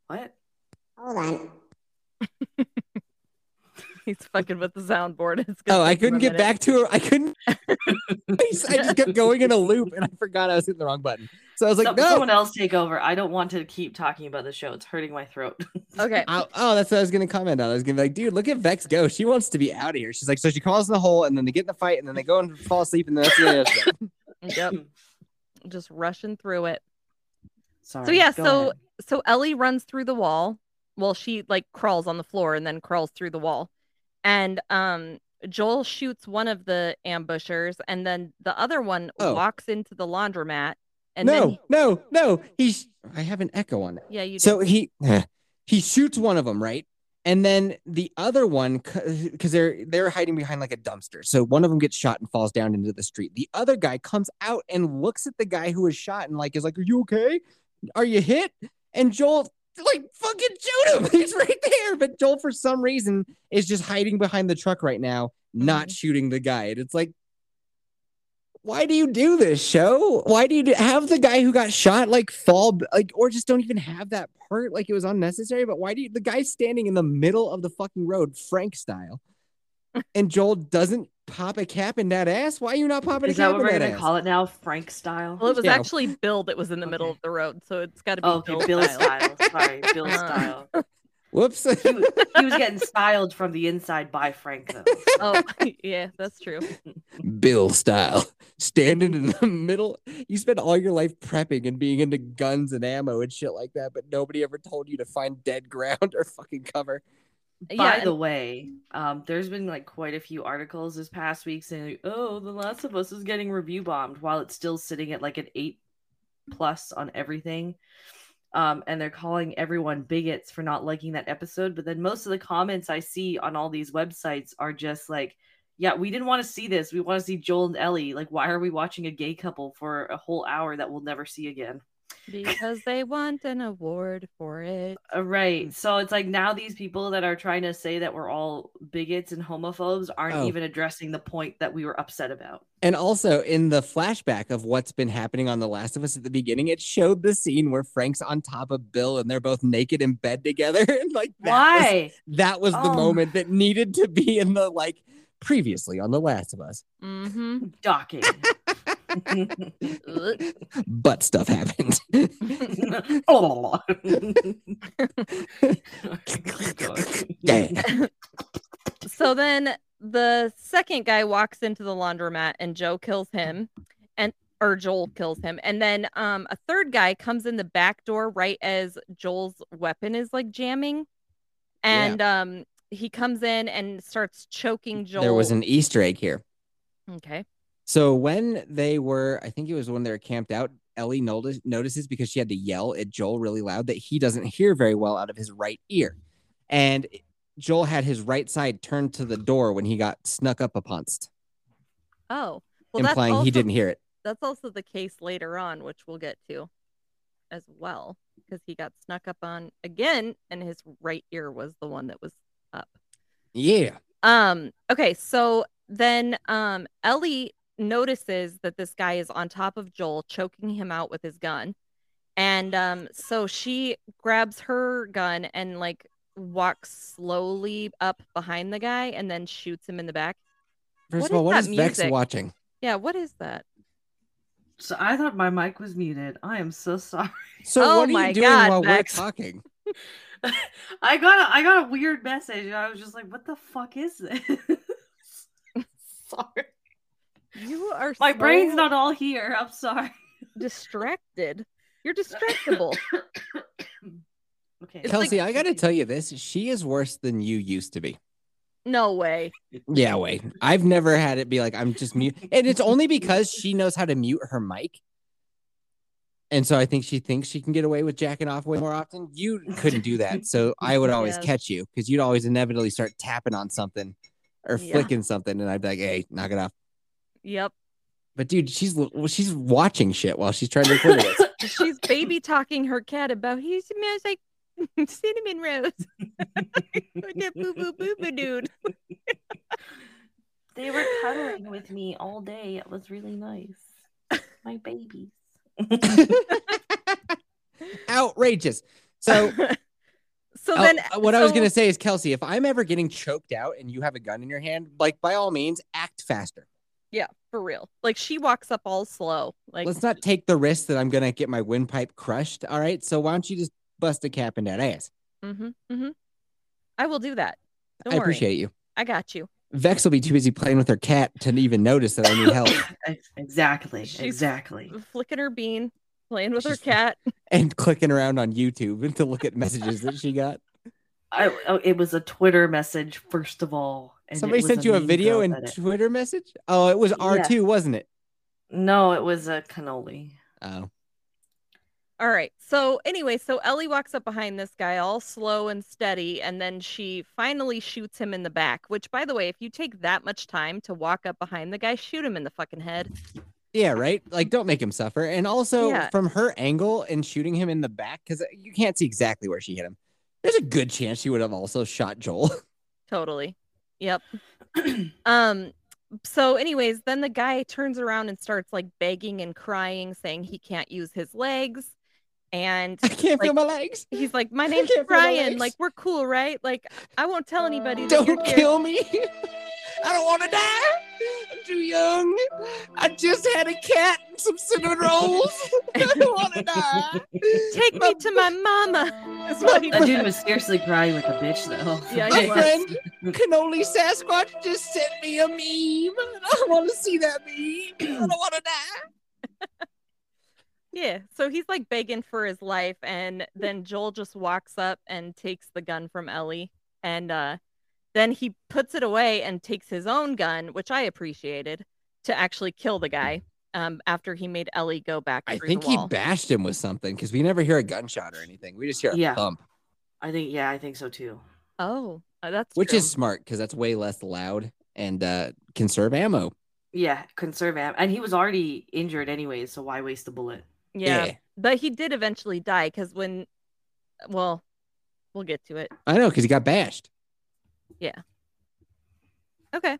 what?
hold on.
he's fucking with the soundboard. It's gonna
Oh, I
take him a
couldn't get
minute.
back to her. I couldn't. I just I just kept going in a loop, and I forgot I was hitting the wrong button. So I was like,
Some-
no.
someone else take over. I don't want to keep talking about the show. It's hurting my throat.
Okay.
Ow- oh, that's what I was gonna comment on. I was gonna be like, dude, look at Vex go. She wants to be out of here. She's like, so she crawls in the hole, and then they get in the fight, and then they go and fall asleep, and then that's the end of it.
Yep. Just rushing through it.
Sorry.
So yeah,
go
so
ahead.
so Ellie runs through the wall. Well, she like crawls on the floor and then crawls through the wall. And um Joel shoots one of the ambushers and then the other one
Oh.
walks into the laundromat and
no,
then he-
no, no. He, sh- I have an echo on it.
yeah, you
So he, he shoots one of them, right? And then the other one, because they're they're hiding behind like a dumpster. So one of them gets shot and falls down into the street. The other guy comes out and looks at the guy who was shot and like is like, "Are you okay? Are you hit?" And Joel like fucking shoot him. He's right there, but Joel for some reason
Mm-hmm.
is just hiding behind the truck right now, not
Mhm.
shooting the guy. And it's like, why do you do this show? Why do you do, have the guy who got shot like fall b- like or just don't even have that part like it was unnecessary? But why do you the guy's standing in the middle of the fucking road, Frank style, and Joel doesn't pop a cap in that ass? Why are you not popping
Is
a cap
that what
in
we're
that
gonna
ass?
call it now, Frank style?
Well, it was
Yeah.
actually Bill that was in the middle of the road, so it's got to be
Oh, okay,
Bill
Bill
style.
style. Sorry, Bill
Uh.
style.
Whoops.
He, wa- he was getting styled from the inside by Frank though.
oh, yeah, that's true.
Bill style. Standing in the middle. You spend all your life prepping and being into guns and ammo and shit like that, but nobody ever told you to find dead ground or fucking cover.
yeah,
By the
and-
way, um, there's been like quite a few articles this past week saying, "Oh, The Last of Us is getting review bombed," while it's still sitting at like an eight plus on everything. Um, and they're calling everyone bigots for not liking that episode. But then most of the comments I see on all these websites are just like, "Yeah, we didn't want to see this. We want to see Joel and Ellie. Like, why are we watching a gay couple for a whole hour that we'll never see again?"
because they want an award for it.
Uh,
Mm.
Right. So it's like now these people that are trying to say that we're all bigots and homophobes aren't
Oh.
even addressing the point that we were upset about.
And also in the flashback of what's been happening on The Last of Us at the beginning, it showed the scene where Frank's on top of Bill and they're both naked in bed together. and like that
Why?
was, that was the
Oh.
moment that needed to be in the like previously on The Last of Us.
Mm-hmm.
Docking.
But stuff happened.
oh.
yeah.
So then the second guy walks into the laundromat and Joe kills him and or Joel kills him. And then um a third guy comes in the back door right as Joel's weapon is like jamming. And um he comes in and starts choking Joel.
There was an Easter egg here.
Okay.
So when they were, I think it was when they were camped out, Ellie notice, notices because she had to yell at Joel really loud that he doesn't hear very well out of his right ear. And Joel had his right side turned to the door when he got snuck up uponst,
Oh. Well that's
implying
also-
he didn't hear it.
That's also the case later on, which we'll get to as well. Because he got snuck up on again and his right ear was the one that was
Yeah.
Um, okay, so then um Ellie notices that this guy is on top of Joel, choking him out with his gun. And um, so she grabs her gun and like walks slowly up behind the guy and then shoots him in the back.
First
What
of all,
is
what
that
is Vex
music?
watching?
Yeah, what is that?
So I thought my mic was muted. I am so sorry.
So
Oh
what are
my
you doing
God,
while
Vex.
we're talking?
I got a, I got a weird message and I was just like, what the fuck is this? sorry.
You are
My
so
brain's not all here. I'm sorry.
distracted. You're distractible.
okay.
It's like-
Kelsey, I got to tell you this. She is worse than you used to be.
no way.
Yeah, wait. I've never had it be like I'm just mute, and it's only because she knows how to mute her mic, and so I think she thinks she can get away with jacking off way more often. You couldn't do that, so I would always
Yes.
catch you because you'd always inevitably start tapping on something or
Yeah.
flicking something, and I'd be like, "Hey, knock it off."
Yep.
But dude, she's well, she's watching shit while she's trying to record it.
She's baby talking her cat about he smells like cinnamon rose. With that boo boo boo boo dude.
They were cuddling with me all day. It was really nice. My babies.
Outrageous. So.
so
Oh,
then
uh, what I was
so-
gonna say is, Kelsey, if I'm ever getting choked out and you have a gun in your hand, like by all means, act faster.
yeah for real like she walks up all slow like
Let's not take the risk that I'm gonna get my windpipe crushed. All right, so why don't you just bust a cap in that ass?
hmm hmm i will do that Don't
I
worry.
appreciate you.
i got you
Vex will be too busy playing with her cat to even notice that I need help.
Exactly.
She's-
Exactly.
flicking her bean playing with her
She's-
cat
and clicking around on YouTube to look at messages that she got.
I, oh, it was a Twitter message, first of all. and it
Somebody
was
sent you a
mean
video
girl
and
edit.
Twitter message. Oh, it was R2, wasn't it?
No, it was a cannoli.
Oh,
all right so anyway so ellie walks up behind this guy all slow and steady and then she finally shoots him in the back which by the way if you take that much time to walk up behind the guy shoot him in the fucking head
yeah, right. Like, don't make him suffer. And also,
Yeah.
from her angle and shooting him in the back, because you can't see exactly where she hit him. There's a good chance she would have also shot Joel.
totally yep um so anyways then the guy turns around and starts like begging and crying saying he can't use his legs and
I can't feel
Like,
my legs.
he's like my name's
can't feel my
brian
legs.
like we're cool right like i won't tell anybody that you're
Don't
here."
kill me. I don't want to die. I'm too young. I just had a cat and some cinnamon rolls. I don't want to die.
take me to my mama is what he
That
said.
dude was seriously crying like a bitch, though.
Yeah,
My
he was.
friend Cannoli Sasquatch just sent me a meme. and I want to see that meme. I don't want to die.
Yeah, so he's like begging for his life, and
Hmm.
then Joel just walks up and takes the gun from Ellie, and uh, then he puts it away and takes his own gun, which I appreciated, to actually kill the guy. Um, after he made Ellie go back,
Hmm. I
through
think
the
he
wall.
bashed him with something because we never hear a gunshot or anything. We just hear a
Yeah.
thump,
I think, yeah, I think so too.
Oh, uh, that's
which
true.
is smart because that's way less loud and uh, can serve ammo.
Yeah, conserve him. And he was already injured anyway, so why waste the bullet?
yeah. But he did eventually die because when, well, we'll get to it.
I know because he got bashed.
Okay,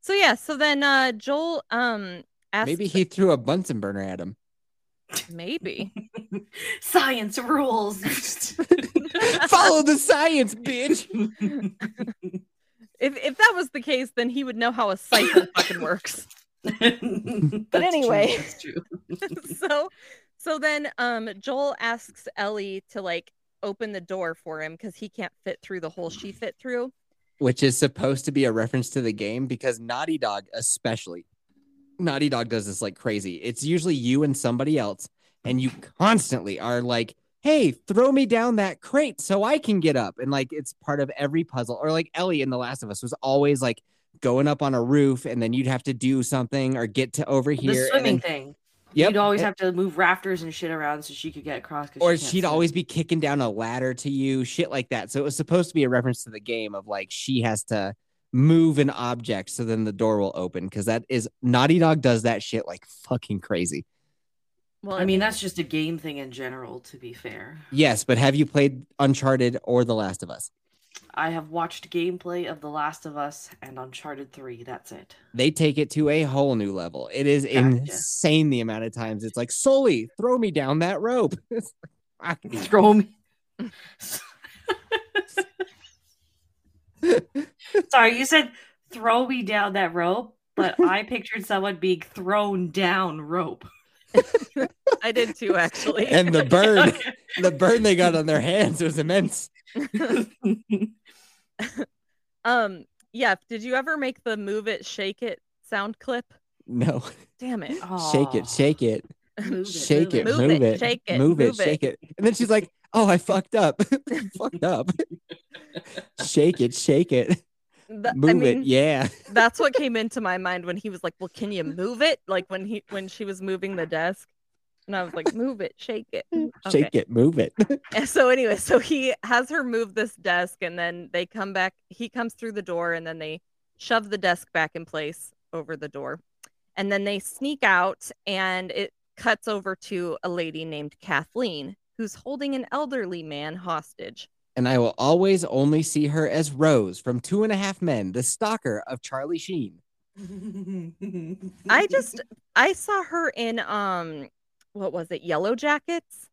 so yeah, so then uh, Joel um asks
Maybe he threw a Bunsen burner at him.
maybe
Science rules.
Follow the science, bitch.
If if that was the case, then he would know how a cycle fucking works.
but
anyway.
that's true.
so so then um Joel asks Ellie to like open the door for him because he can't fit through the hole she fit through.
Which is supposed to be a reference to the game because Naughty Dog, especially, Naughty Dog does this like crazy. It's usually you and somebody else, and you constantly are like, hey, throw me down that crate so I can get up. And like, it's part of every puzzle. Or like Ellie in The Last of Us was always like going up on a roof, and then you'd have to do something or get to over here.
the
and
swimming
then-
thing.
Yep.
You'd always
And-
have to move rafters and shit around so she could get across. 'cause
or
she can't
she'd
swim.
always be kicking down a ladder to you, shit like that. So it was supposed to be a reference to the game of like she has to move an object so then the door will open because that is Naughty Dog does that shit like fucking crazy.
Well,
I mean, that's just a game thing in general. To be fair,
Yes, but have you played Uncharted or The Last of Us?
I have watched gameplay of The Last of Us and Uncharted Three. That's it.
They take it to a whole new level. It is
Gotcha.
insane the amount of times it's like Sully, throw me down that rope. It's like, fuck.
Throw me. Sorry, you said throw me down that rope, but I pictured someone being thrown down rope.
I did too actually.
and the burn, the burn they got on their hands was immense.
um yeah, did you ever make the move it shake it sound clip?
No,
Damn it.
shake it, shake it.
Move
shake it,
Move
move
it,
it,
shake it,
move it,
move it.
shake it. And then she's like, "Oh, I fucked up, fucked up." shake it, shake it,
Th-
move
I mean,
it. Yeah,
that's what came into my mind when he was like, "Well, can you move it?" Like when he when she was moving the desk, and I was like, "Move it, shake it, okay.
shake it, move it.
And so anyway, so he has her move this desk and then they come back he comes through the door and then they shove the desk back in place over the door. And then they sneak out and it cuts over to a lady named Kathleen who's holding an elderly man hostage.
and I will always only see her as Rose from Two and a Half Men, the stalker of Charlie Sheen.
I just I saw her in um what was it? Yellow Jackets.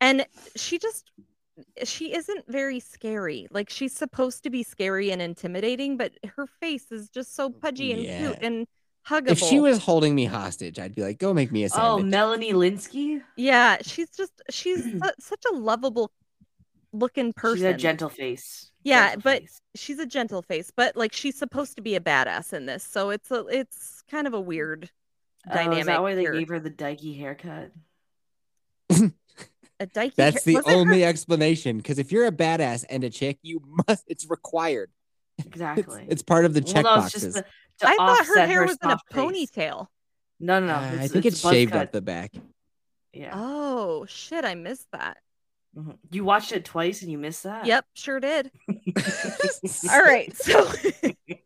And she just she isn't very scary. Like she's supposed to be scary and intimidating, but her face is just so pudgy and
Yeah.
cute and huggable.
If she was holding me hostage, I'd be like, "Go make me a
Oh,
sandwich."
Melanie Linsky.
yeah, she's just she's su- such a lovable looking person.
She's a gentle face.
Yeah,
Gentle
but-
face.
she's a gentle face, but like she's supposed to be a badass in this. So it's a it's kind of a weird
Oh,
dynamic.
is that why they
here.
gave her the dykey haircut?
a dykey hair-
That's the
wasn't her-
only explanation. Because if you're a badass and a chick, you must. It's required. It's,
Exactly.
it's part of the check
no, it's
boxes.
the- to
I thought her
offset
hair was in a
soft face.
ponytail.
No, no, no.
Uh, I
it's-
think
it's
it's
a buzz
shaved
cut.
up the back.
Yeah.
Oh shit, I missed that.
Mhm. You watched it twice and you missed that?
Yep, sure did. All right, so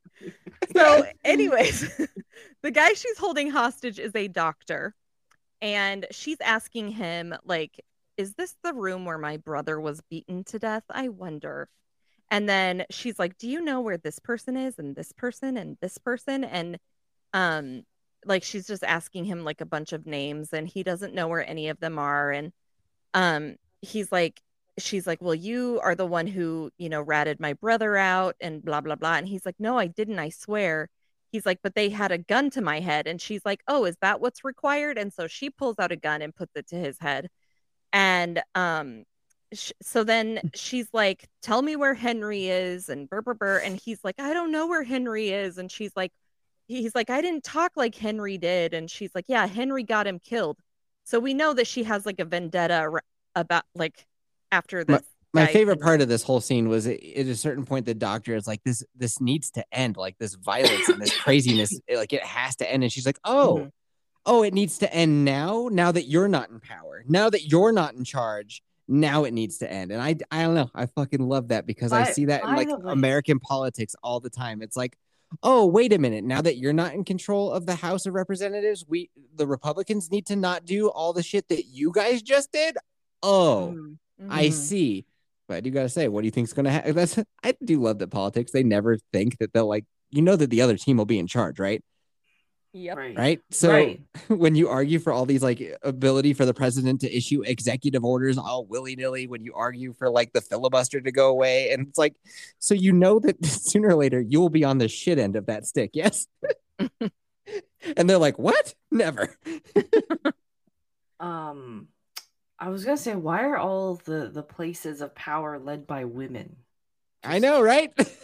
so anyways, the guy she's holding hostage is a doctor, and she's asking him like, "Is this the room where my brother was beaten to death? I wonder." And then she's like, "Do you know where this person is and this person and this person?" And um like she's just asking him like a bunch of names and he doesn't know where any of them are and um he's like she's like, "Well, you are the one who, you know, ratted my brother out and blah blah blah." And he's like, "No, I didn't, I swear." He's like, "But they had a gun to my head." And she's like, "Oh, is that what's required?" And so she pulls out a gun and puts it to his head. And um sh- so then she's like, "Tell me where Henry is," and burr, burr, burr. And he's like, "I don't know where Henry is." And she's like, "He's like, I didn't talk like Henry did." And she's like, "Yeah, Henry got him killed." So we know that she has like a vendetta ar- about like after this.
My
guy
favorite
and-
part of this whole scene was at, at a certain point the doctor is like, "This this needs to end. Like this violence and this craziness, it- like it has to end." And she's like, "Oh,
Mhm.
oh, it needs to end now. Now that you're not in power, now that you're not in charge, now it needs to end." And I I don't know. I fucking love that because I
By-
see that in
by
like
the way-
American politics all the time. It's like. Oh, wait a minute. Now that you're not in control of the House of Representatives, we the Republicans need to not do all the shit that you guys just did. Oh,
Mhm.
Mm-hmm,
I
Mhm.
see. But I do gotta say, what do you think's gonna happen? That's I do love that politics. They never think that they'll like you know that the other team will be in charge, right?
Yep.
Right.
Right. So
Right.
when you argue for all these like ability for the president to issue executive orders all willy nilly, when you argue for like the filibuster to go away, and it's like, so you know that sooner or later you will be on the shit end of that stick, yes. and they're like, what? Never.
Um, I was gonna say, why are all the the places of power led by women?
I know, right?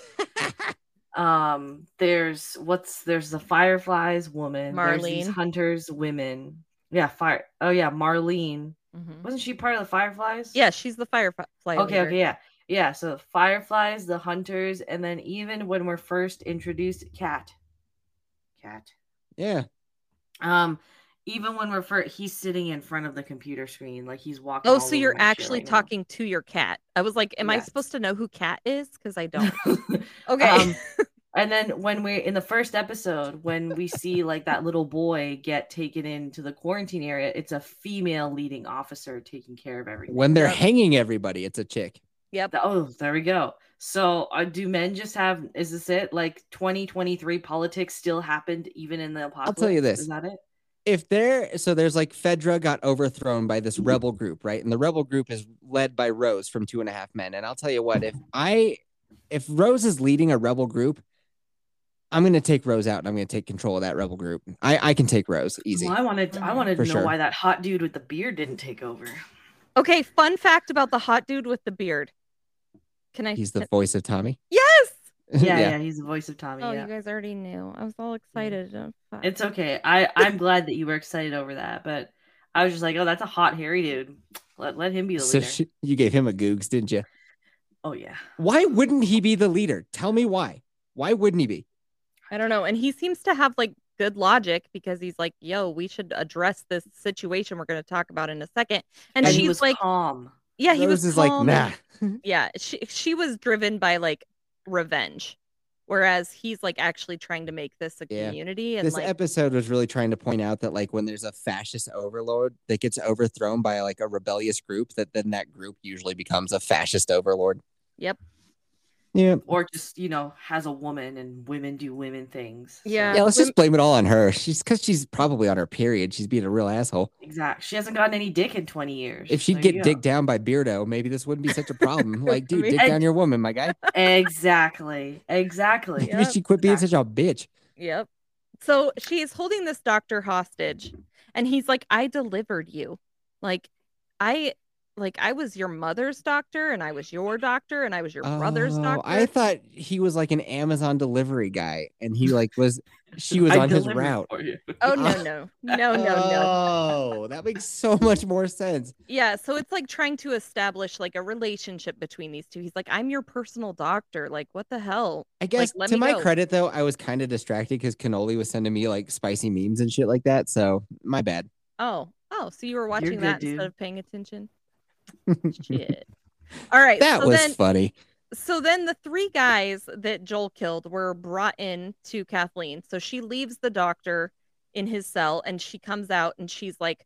Um, there's what's there's the fireflies woman, there's these
Marlene.
hunters women. Yeah, fire. Oh yeah, Marlene.
Mhm.
Wasn't she part of the fireflies?
Yeah, she's the firefly. leader.
Okay. Okay. Yeah. Yeah. So the fireflies, the hunters, and then even when we're first introduced, cat. Cat.
yeah.
Um, even when we're first, he's sitting in front of the computer screen, like he's walking.
Oh,
all
so
over
you're
my shit
actually
right now.
talking to your cat. I was like, am I
Yes.
supposed to know who cat is? Because I don't. Okay.
Um, and then when we in the first episode, when we see like that little boy get taken into the quarantine area, it's a female leading officer taking care of everything.
When they're
Yep.
hanging everybody, it's a chick.
yep.
The- oh, there we go. So uh, do men just have? Is this it? Like 2023 politics still happened even in the apocalypse?
tell you this.
Is that it?
if there so there's like Fedra got overthrown by this rebel group, right? And the rebel group is led by Rose from Two and a Half Men. And I'll tell you what, if I if Rose is leading a rebel group, I'm gonna take Rose out and I'm gonna take control of that rebel group. I I can take Rose easy.
Well, I wanted. I
Mhm.
wanted
For
to know
sure.
why that hot dude with the beard didn't take over.
Okay. Fun fact about the hot dude with the beard. Can I?
He's the voice of Tommy.
yes.
Yeah, yeah. he's the voice of Tommy.
Oh,
yeah.
you guys already knew. I was all excited. Oh, fuck.
It's okay. I I'm glad that you were excited over that, but I was just like, oh, that's a hot hairy dude. Let let him be the
So
leader.
she, you gave him a googs, didn't you?
oh yeah.
Why wouldn't he be the leader? Tell me why. Why wouldn't he be?
I don't know. And he seems to have like good logic because he's like, yo, we should address this situation we're going to talk about in a second. And,
And,
she's
he was
like,
calm.
yeah,
Rose
he was
is
calm.
like, nah.
Mm-hmm.
yeah she she was driven by like revenge whereas he's like actually trying to make this a
Yeah.
community and
this
like
episode was really trying to point out that like when there's a fascist overlord that gets overthrown by like a rebellious group that then that group usually becomes a fascist overlord
Yep.
yeah
Or just, you know, has a woman and women do women things.
Yeah.
yeah let's
Wom-
just blame it all on her she's because she's probably on her period she's being a real asshole
Exactly. She hasn't gotten any dick in 20 years.
if she'd
There
get
you
digged down by beardo maybe this wouldn't be such a problem like dude
I mean-
dig down your woman my guy
go. Exactly. Exactly.
maybe she quit being such a bitch
yep so she's holding this doctor hostage and he's like i delivered you like i like i was your mother's doctor and i was your doctor and i was your brother's
Oh,
doctor
i thought he was like an amazon delivery guy and he like was she was
I
on his
delivered
route
for you.
oh no no no no no
oh that makes so much more sense
Yeah, so it's like trying to establish like a relationship between these two. He's like, "I'm your personal doctor." Like, what the hell?
I guess
let
to
me
my
go.
credit though, I was kind of distracted because Cannoli was sending me like spicy memes and shit like that. So my bad.
Oh, oh, so you were watching
good,
that
dude.
instead of paying attention. Shit. All right.
that
so
was
then,
funny.
so then the three guys that Joel killed were brought in to Kathleen. So she leaves the doctor in his cell and she comes out and she's like,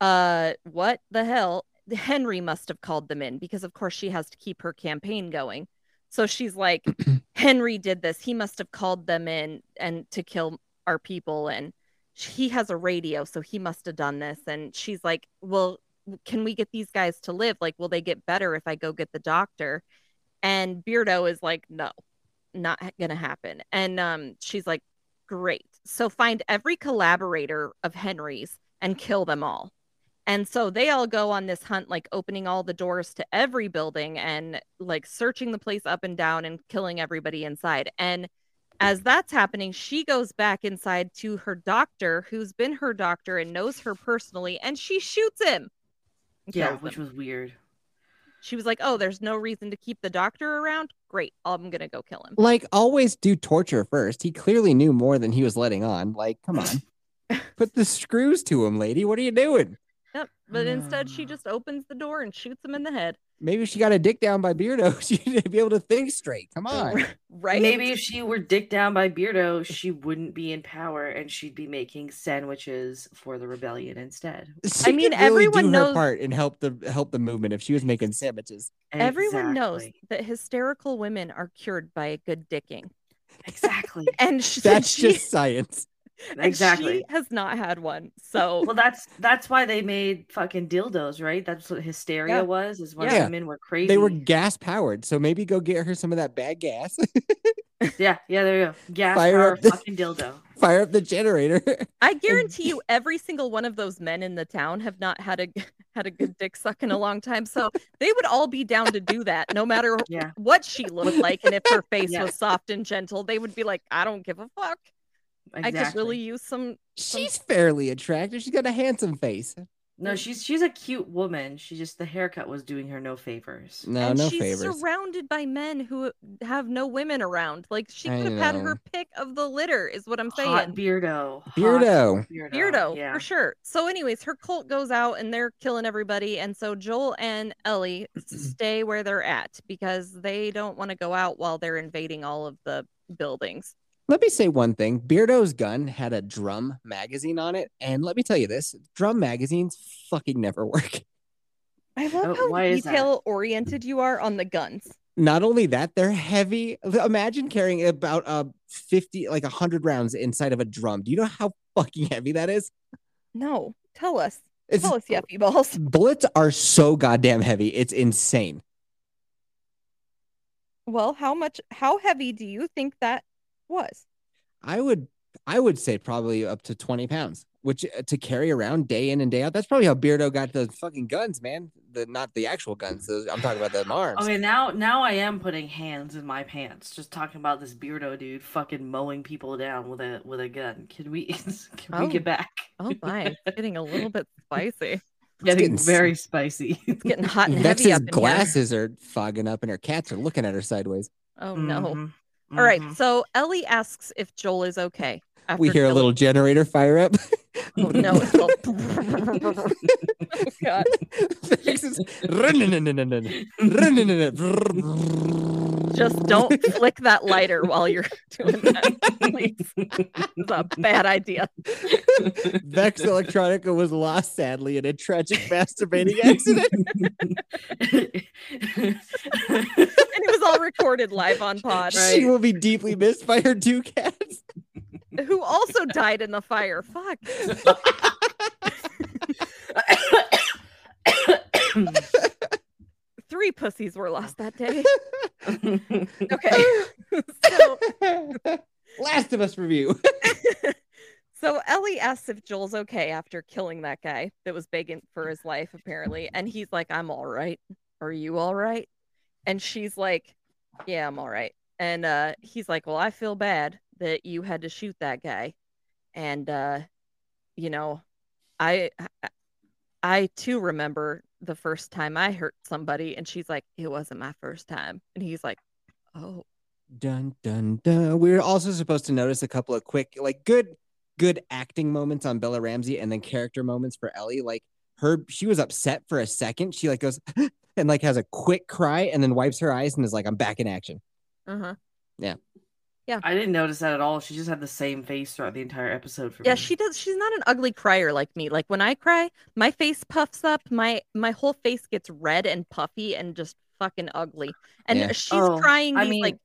uh, what the hell? Henry must have called them in because, of course, she has to keep her campaign going. So she's like, Henry did this. He must have called them in and to kill our people. And sh- he has a radio, so he must have done this. And she's like, Well, can we get these guys to live? Like, will they get better if I go get the doctor? And Beardo is like, No, not ha- gonna happen. And um, she's like, Great. So find every collaborator of Henry's and kill them all. And so they all go on this hunt, like opening all the doors to every building and like searching the place up and down and killing everybody inside. And as that's happening, she goes back inside to her doctor, who's been her doctor and knows her personally, and she shoots him. and
Yeah,
kills
which
him.
was weird.
she was like, Oh, there's no reason to keep the doctor around. Great. I'm going to go kill him.
Like, always do torture first. He clearly knew more than he was letting on. Like, come on. Put the screws to him, lady. What are you doing?
Yep. But instead, she
Ah.
just opens the door and shoots him in the head.
Maybe she got a dick down by Beardo. She didn't be able to think straight. Come on.
Right?
Maybe if she were dicked down by Beardo, she wouldn't be in power and she'd be making sandwiches for the rebellion instead.
She
mean,
could really
everyone
do her
knows-
part and help the help the movement if she was making sandwiches.
Everyone knows
Exactly.
that hysterical women are cured by a good dicking.
Exactly.
And she,
That's
she-
just science.
and she
exactly.
has not had one. So
Well, that's that's why they made fucking dildos, right? That's what hysteria
Yeah.
was. Is when
Yeah.
women were crazy.
They were gas powered, so maybe go get her some of that bad gas.
Yeah, yeah. There you go. Gas
Fire
power
up the-
fucking dildo.
Fire up the generator.
I guarantee you every single one of those men in the town have not had a had a good dick suck in a long time. So they would all be down to do that no matter
Yeah.
what she looked like and if her face
Yeah.
was soft and gentle, they would be like, I don't give a fuck.
Exactly.
I could really use some
She's fairly attractive. She's got a handsome face.
No, she's she's a cute woman. She just the haircut was doing her no favors.
No,
and
no
she's
favors.
surrounded by men who have no women around. Like she
I
could have had
know.
her pick of the litter, is what I'm saying.
Hot beardo. Hot
Beardo.
Beardo.
Beardo,
Yeah.
for sure. So, anyways, her cult goes out and they're killing everybody. And so Joel and Ellie stay where they're at because they don't want to go out while they're invading all of the buildings.
Let me say one thing. Beardo's gun had a drum magazine on it, and let me tell you this: drum magazines fucking never work.
I love
Oh,
how
why is that?
detail oriented you are on the guns.
Not only that, they're heavy. Imagine carrying about uh fifty, like hundred rounds inside of a drum. Do you know how fucking heavy that is?
No, tell us.
It's
tell us, yuppie balls.
bullets are so goddamn heavy. It's insane.
Well, how much, how heavy do you think that was?
I would I would say probably up to 20 pounds, which uh, to carry around day in and day out. That's probably how Beardo got those fucking guns, man. The not the actual guns. Those, I'm talking about them arms.
Okay, now now I am putting hands in my pants. Just talking about this beardo dude fucking mowing people down with a with a gun. Can we can
Oh.
we get back?
Oh my, it's getting a little bit spicy.
Getting
getting s-
very spicy.
It's getting hot and heavy
Vex's
up in here.
glasses are fogging up and her cats are looking at her sideways.
Oh no.
Mhm,
All right,
mhm.
so Ellie asks if Joel is okay. After
we hear a
killing-
little generator fire up.
Oh no! It's all...
Mm-hmm.
oh god!
Vex is- "Run-nun-nun-nun-nun, run-nun-nun-nun, brrrr."
Just don't flick that lighter while you're doing that, please. It's a bad idea.
Vex Electronica was lost sadly in a tragic masturbating accident.
And it was all recorded live on Pod,
She will be deeply missed by her two cats.
who also died in the fire. Fuck. Three pussies were lost that day. Okay. so,
Last of Us review.
so Ellie asks if Joel's okay after killing that guy that was begging for his life, apparently. And he's like, I'm all right. Are you all right? And she's like, Yeah, I'm all right. And uh, he's like, Well, I feel bad that you had to shoot that guy. And, uh, you know, I, I, I too remember the first time I hurt somebody. And she's like, It wasn't my first time. And he's like, Oh,
Dun dun dun. We were also supposed to notice a couple of quick, like good, good acting moments on Bella Ramsey, and then character moments for Ellie. Like her, she was upset for a second. She like goes and like has a quick cry, and then wipes her eyes and is like, "I'm back in action."
uh huh.
I didn't notice that at all. She just had the same face throughout the entire episode for
Yeah,
me.
she does. She's not an ugly crier like me. Like when I cry, my face puffs up, my my whole face gets red and puffy and just fucking ugly. And
Yeah.
she's
Oh,
crying
I
these
mean-
like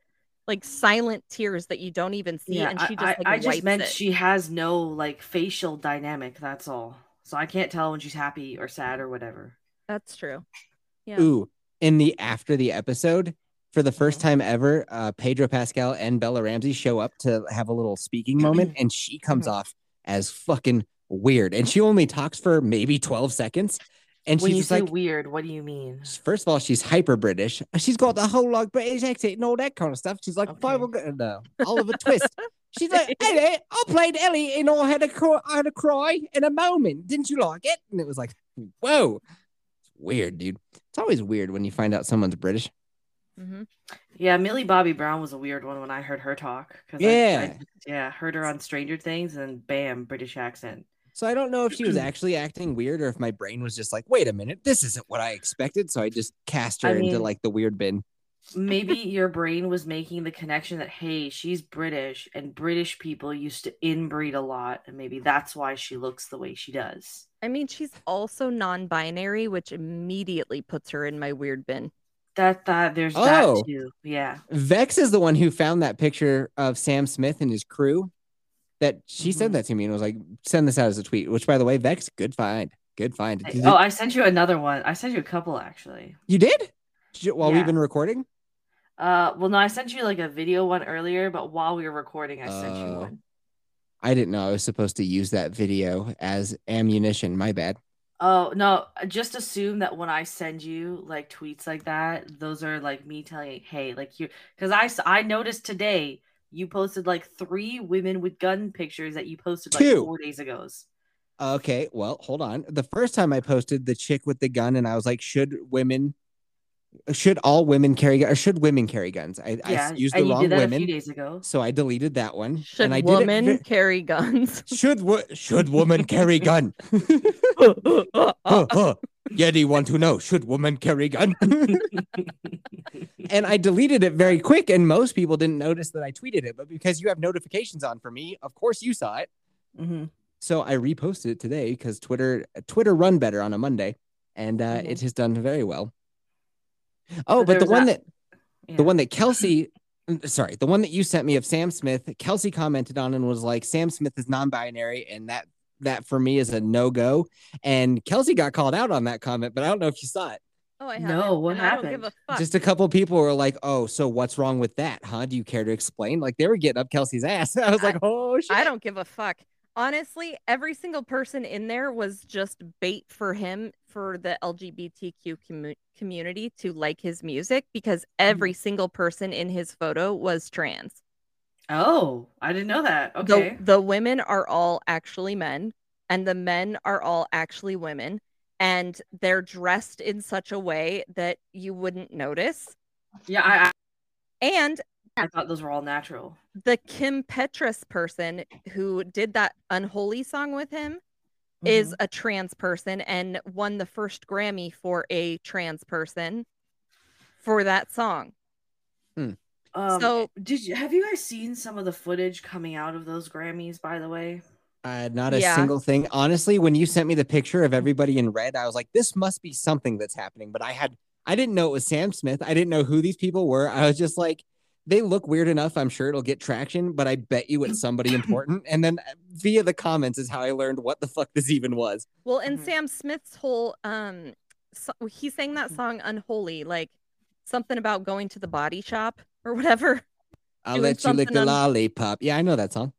like silent tears that you don't even see,
yeah,
and she just
I, I-
like
I
wipes
just meant
it.
she has no like facial dynamic. That's all. So I can't tell when she's happy or sad or whatever.
That's true. Yeah.
Ooh, in the after the episode, for the 1st
Uh-huh.
time ever, uh, Pedro Pascal and Bella Ramsey show up to have a little speaking moment, and she comes
Uh-huh.
off as fucking weird. And she only talks for maybe 12 seconds. And
when you
she's
say
like,
weird, what do you mean?
first of all, she's hyper British. She's got the whole like British accent and all that kind of stuff. She's like,
Okay.
Bible, no, Oliver Twist. She's like, hey there, I played Ellie and I had a cry, I had a cry in a moment. Didn't you like it? And it was like, whoa, it's weird, dude. It's always weird when you find out someone's British.
Mhm.
Yeah, Millie Bobby Brown was a weird one when I heard her talk. 'cause I- I
Yeah.
just- yeah, heard her on Stranger Things and bam, British accent.
So I don't know if she was actually acting weird or if my brain was just like, wait a minute, this isn't what I expected. So I just cast her
I
into
mean-
like the weird bin.
Maybe your brain was making the connection that hey, she's British and British people used to inbreed a lot, and maybe that's why she looks the way she does.
I mean, she's also non-binary, which immediately puts her in my weird bin.
That that there's
Oh.
that too. Yeah.
Vex is the one who found that picture of Sam Smith and his crew. That she
Mhm.
sent that to me and was like, send this out as a tweet. Which, by the way, Vex, good find, good find.
I-
Did
oh,
you-
I sent you another one. I sent you a couple actually.
you did? J- While
Yeah.
we've been recording,
Uh, well, no, I sent you like a video one earlier, but while we were recording, I sent you
Oh.
one.
I didn't know I was supposed to use that video as ammunition. My bad.
Oh no, just assume that when I send you like tweets like that, those are like me telling you, hey, like you because I s- I noticed today you posted like three women with gun pictures that you posted like
Two.
four days ago's.
Okay, well, hold on. The first time I posted the chick with the gun, and I was like, should women, should all women carry guns, or should women carry guns? I,
Yeah,
I used the
and you
wrong
did that a few
women,
days ago.
so I deleted that one.
Should
and I
women
did it.
carry guns?
ve- should wo- should woman carry gun?
Oh,
huh, huh. Yeah, do you want to know? Should woman carry gun? and I deleted it very quick, and most people didn't notice that I tweeted it. But because you have notifications on for me, of course you saw it.
Mhm.
So I reposted it today because Twitter Twitter run better on a Monday, and uh,
Mhm.
it has done very well. Oh, but,
But there
the
was
one that,
that- Yeah.
the one that Kelsey, mm, sorry, the one that you sent me of Sam Smith, Kelsey commented on and was like, "Sam Smith is non-binary, and that that for me is a no go." And Kelsey got called out on that comment, but I don't know if you saw it.
Oh, I
No,
haven't,
what
and I don't give
happened?
a fuck.
Just a couple people were like, "Oh, so what's wrong with that, huh? Do you care to explain?" Like they were getting up Kelsey's ass. I was
I-
like, "Oh shit!"
I don't give a fuck. Honestly, every single person in there was just bait for him for the LGBTQ commu- community to like his music because every single person in his photo was trans.
Oh, I didn't know that.
The-
Okay.
The, women are all actually men, and the men are all actually women, and they're dressed in such a way that you wouldn't notice.
Yeah, I,
And
I I thought those were all natural.
the Kim Petras person who did that unholy song with him is
Mm-hmm.
a trans person and won the first Grammy for a trans person for that song.
Um,
so-
did you have you guys seen some of the footage coming out of those Grammys? By the way,
Uh, not a
Yeah.
single thing. Honestly, when you sent me the picture of everybody in red, I was like, this must be something that's happening. But I had, I didn't know it was Sam Smith. I didn't know who these people were. I was just like, they look weird enough. I'm sure it'll get traction, but I bet you it's somebody important. And then uh, via the comments is how I learned what the fuck this even was.
Well, and
Mhm.
Sam Smith's whole um so- he sang that
Mhm.
song Unholy, like something about going to the body shop or whatever.
I'll
Doing
let you lick
something
the
on-
lollipop. Yeah, I know that song.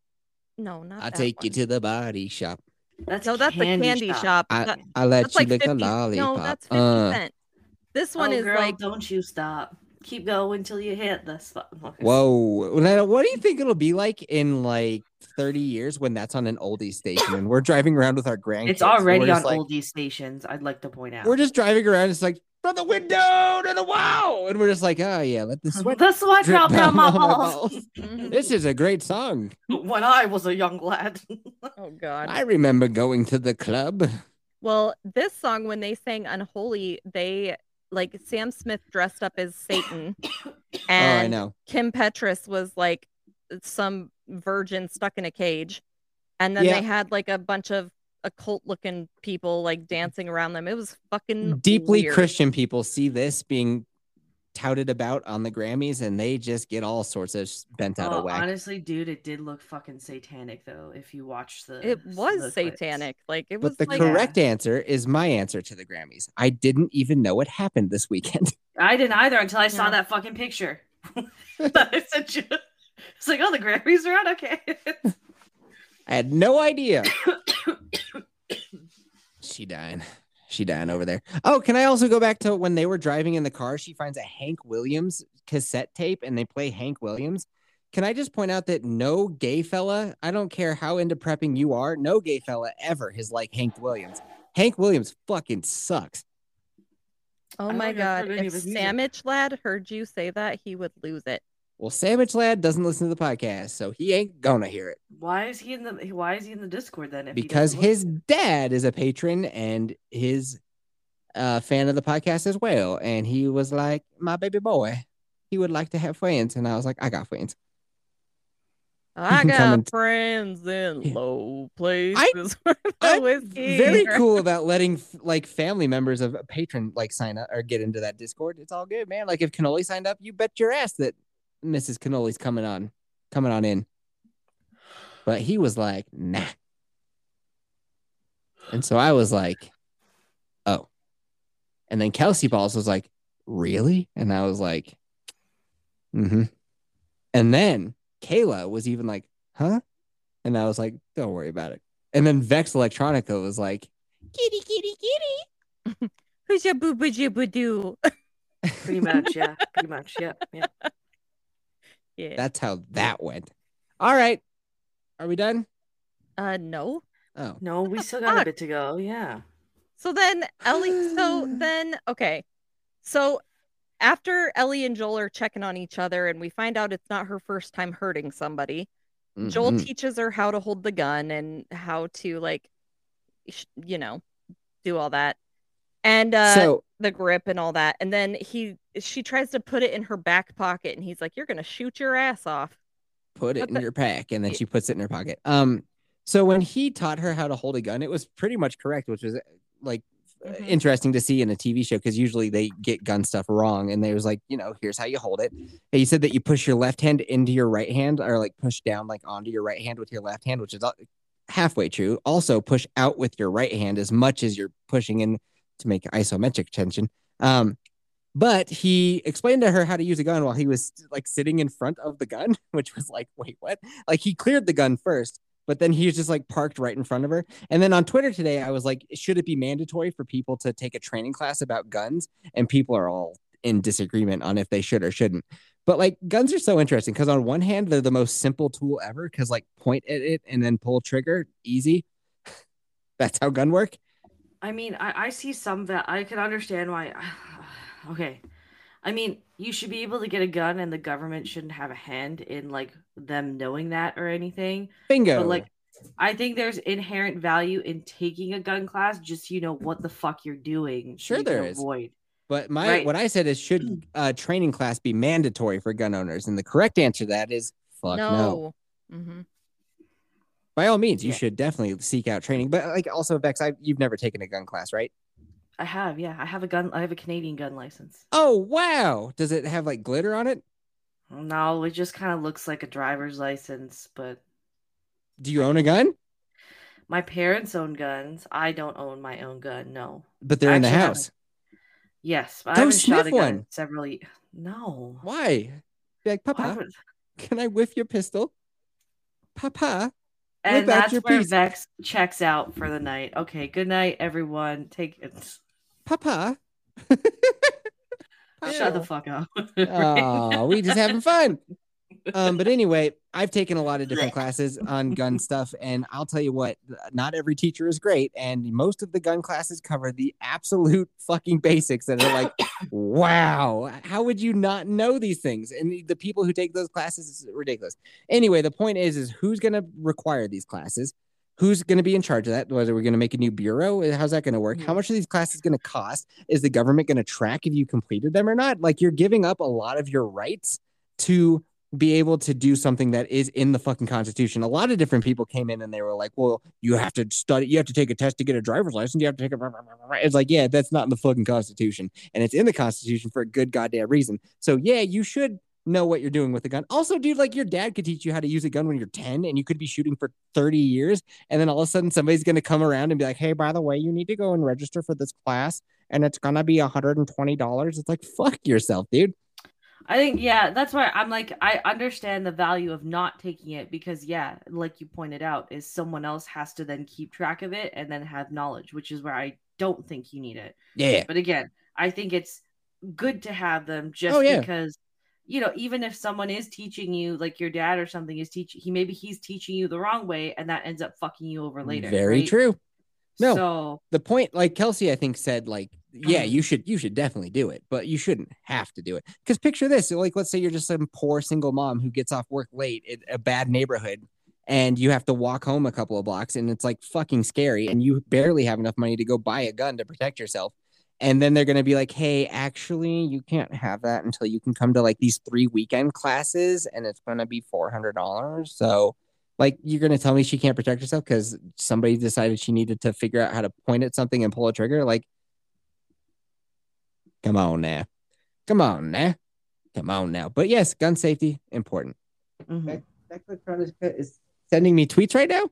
No, not
I'll
that
take you
one.
to the body shop.
that's
No, that's the candy shop.
I,
That-
I'll let
that's
you
like
lick
50,
the lollipop.
No, that's 50
Uh,
cent. This one
Oh,
is
girl,
like
don't you stop. Keep going till you hit the spot.
Whoa. Well, now, What do you think it'll be like in like 30 years when that's on an oldie station and we're driving around with our grandkids?
It's
and we're
already
just
on
like,
oldie stations. I'd like to point out.
We're just driving around. It's like from the window to the wall. And we're just like, oh, yeah, let the sweat
the sweat
drip
drop down my
on our
balls.
balls.
This is a great song.
when I was a young lad.
oh god.
I remember going to the club. Oh,
Well, this song, when they sang Unholy, they like Sam Smith dressed up as Satan,
oh, I
and
know.
Kim Petras was like some virgin stuck in a cage. And then
Yeah.
they had like a bunch of occult looking people like dancing around them. It was fucking
Deeply
weird.
Christian people see this being touted about on the Grammys, and they just get all sorts of sh- bent out
Oh,
of whack.
honestly, dude, it did look fucking satanic though. If you watch the,
It
the
was
clips.
satanic. Like it was
but the
like
correct answer is my answer to the Grammys. I didn't even know it happened this weekend.
I didn't either until I saw
Yeah.
that fucking picture. it's, such a- it's like, oh, the Grammys are on. Okay.
I had no idea. She dying. She dying over there. Oh, can I also go back to when they were driving in the car? She finds a Hank Williams cassette tape and they play Hank Williams. Can I just point out that no gay fella, I don't care how into prepping you are, no gay fella ever is like Hank Williams. Hank Williams fucking sucks.
Oh
I
my
don't even heard
god!
any
If
of his music.
Sandwich Lad heard you say that, he would lose it.
Well, Sandwich Lad doesn't listen to the podcast, so he ain't gonna hear it
Why is he in the? Why is he in the Discord then? if he
because
doesn't look-
his dad is a patron and his uh, fan of the podcast as well. And he was like, My baby boy, he would like to have friends. And I was like, I got friends.
I
can come
got
and-
friends in
Yeah.
low places. with the
I'm
whiskey.
Very cool about letting f- like family members of a patron like sign up or get into that Discord. It's all good, man. Like if Cannoli signed up, you bet your ass that Mrs. Cannoli's coming on, coming on in. But he was like, nah. And so I was like, oh. And then Kelsey Balls was like, really? And I was like, mm-hmm. And then Kayla was even like, huh? And I was like, don't worry about it. And then Vex Electronica was like, kitty, kitty, kitty.
Who's your boo boo jee boo doo?
pretty much, yeah, pretty much, yeah, yeah.
Yeah.
That's how that went. All right. Are we done?
uh, no.
Oh,
No, we still got
fuck?
a bit to go. Yeah.
So then Ellie. so then okay. So after Ellie and Joel are checking on each other, and we find out it's not her first time hurting somebody. Joel
Mhm.
teaches her how to hold the gun and how to like, sh- you know, do all that and uh,
so
the grip and all that. And then he she tries to put it in her back pocket, and he's like, "You're gonna shoot your ass off."
put it
But
in
the-
your pack and then
y-
she puts it in her pocket um so when he taught her how to hold a gun it was pretty much correct which was uh, like uh,
Mhm.
interesting to see in a tv show because usually they get gun stuff wrong and they was like you know here's how you hold it and he said that you push your left hand into your right hand or like push down like onto your right hand with your left hand which is al- halfway true also push out with your right hand as much as you're pushing in to make isometric tension um but he explained to her how to use a gun while he was like sitting in front of the gun, which was like, wait, what? Like he cleared the gun first, but then he was just like parked right in front of her. And then on Twitter today, I was like, should it be mandatory for people to take a training class about guns? And people are all in disagreement on if they should or shouldn't. But like guns are so interesting because on one hand, they're the most simple tool ever because like point at it and then pull trigger, easy. That's how gun work.
I mean, I, I see some that I can understand why. Okay. I mean, you should be able to get a gun, and the government shouldn't have a hand in like them knowing that or anything.
Bingo.
But like, I think there's inherent value in taking a gun class, just so you know what the fuck you're doing. so
Sure
you can
there is.
Avoid.
But my
Right. Hmm.
what I said is should uh, training class be mandatory for gun owners? And the correct answer to that is fuck no.
hmm
By all means, you
Yeah.
should definitely seek out training. But like also Vex, I, you've never taken a gun class, right?
I have, yeah, I have a gun. I have a Canadian gun license.
Oh wow! Does it have like glitter on it?
No, it just kind of looks like a driver's license, but
Do you own a gun?
my parents own guns. I don't own my own gun. No.
But they're in the
Actually, I
house.
Yes, but I
Go
haven't shot a
sniff
gun
one.
in several. ye- No.
Why? Be like,
Why
Papa,
would-
can I whiff your pistol? Papa, Whip
And
out
that's
your
where
piece.
Vex checks out for the night. Okay, good night, everyone. Take it.
Papa.
Shut
Papa.
the fuck up.
Oh, we just having fun. Um, but anyway, I've taken a lot of different classes on gun stuff, and I'll tell you what, not every teacher is great, and most of the gun classes cover the absolute fucking basics that are like, wow, how would you not know these things? And the- the people who take those classes is ridiculous. Anyway, the point is, is who's going to require these classes? Who's going to be in charge of that? Whether we're going to make a new bureau, how's that going to work? How much are these classes going to cost? is the government going to track if you completed them or not? Like you're giving up a lot of your rights to be able to do something that is in the fucking constitution. A lot of different people came in and they were like, "Well, you have to study, you have to take a test to get a driver's license, you have to take a." blah, blah, blah, blah." It's like, yeah, that's not in the fucking constitution, and it's in the constitution for a good goddamn reason. So yeah, you should know what you're doing with a gun. Also, dude, like your dad could teach you how to use a gun when you're 10, and you could be shooting for 30 years, and then all of a sudden somebody's gonna come around and be like, "Hey, by the way, you need to go and register for this class, and it's gonna be 120 dollars." It's like, fuck yourself, dude.
I think yeah, that's why I'm like I understand the value of not taking it because yeah, like you pointed out, is someone else has to then keep track of it and then have knowledge, which is where I don't think you need it.
Yeah.
But again, I think it's good to have them just
Oh, yeah.
because you know, even if someone is teaching you, like your dad or something is teaching he maybe he's teaching you the wrong way and that ends up fucking you over later.
Very
right?
true. No.
So
the point like kelsey i think said like yeah
Mhm.
you should you should definitely do it but you shouldn't have to do it because picture this so, like let's say you're just some poor single mom who gets off work late in a bad neighborhood and you have to walk home a couple of blocks and it's like fucking scary and you barely have enough money to go buy a gun to protect yourself and then they're going to be like hey actually you can't have that until you can come to like these three weekend classes and it's going to be $400 so like you're gonna tell me she can't protect herself because somebody decided she needed to figure out how to point at something and pull a trigger like come on now come on now come on now but yes gun safety important
Mm-hmm.
mhm.
is sending me tweets right now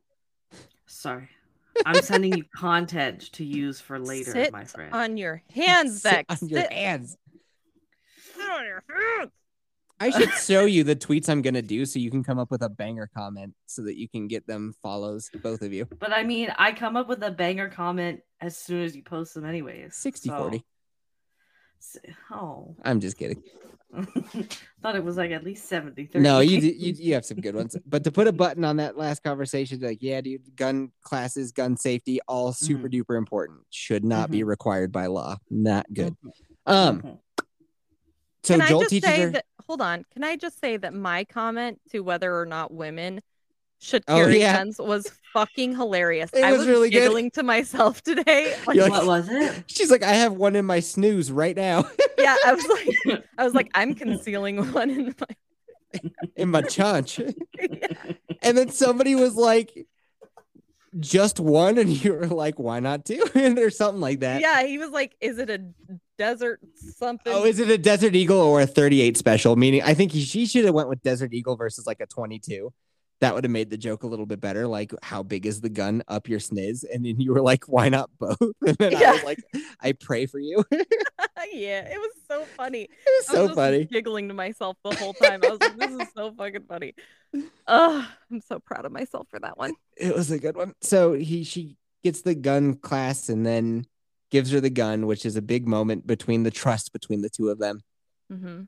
sorry. I'm sending you content to use for later,
Sit
my friend.
on your hands,
Sit
Beck.
on your
Sit-
hands
sit on your hands.
i should show you the tweets i'm gonna do so you can come up with a banger comment so that you can get them follows both of you
Oh.
But I mean, I come up with a banger comment as soon as you post them, anyways.
60
so-
40
S- Oh,
i'm just kidding
thought it was like at least 70 30.
No, you, d- you you have some good ones. But to put a button on that last conversation, like, yeah, dude, gun classes, gun safety, all
Mm-hmm.
super duper important. Should not be required by law. Not good. Um,
Mhm.
so
Mm-hmm. can I
Joel
just
teaches
say
her.
that? Hold on. Can I just say that my comment to whether or not women should
Oh,
carry
yeah.
guns was fucking hilarious.
It
I
was
was,
really good.
giggling to myself today. Like,
You're like-
what was it?
She's like, I have one in my snooze right now
yeah, I was like, I was like, I'm concealing one in my.
in my chunch.
Yeah.
And then somebody was like, just one. And you were like, why not two? And or something like that.
yeah, he was like, "Is it a desert something?"
Oh, is it a Desert Eagle or a 38 special? Meaning, I think he, she should have went with Desert Eagle versus like a 22. That would have made the joke a little bit better. Like, how big is the gun up your sniz? And then you were like, why not both? And then I was
Yeah.
like, I pray for you. it
yeah, it was so funny.
was
I was
so
just
funny.
Giggling to myself the whole time. I was like, "This is so fucking funny." Oh, I'm so proud of myself for that one.
It was a good one. So he she gets the gun class and then gives her the gun, which is a big moment between the trust between the two of them.
Mm-hmm.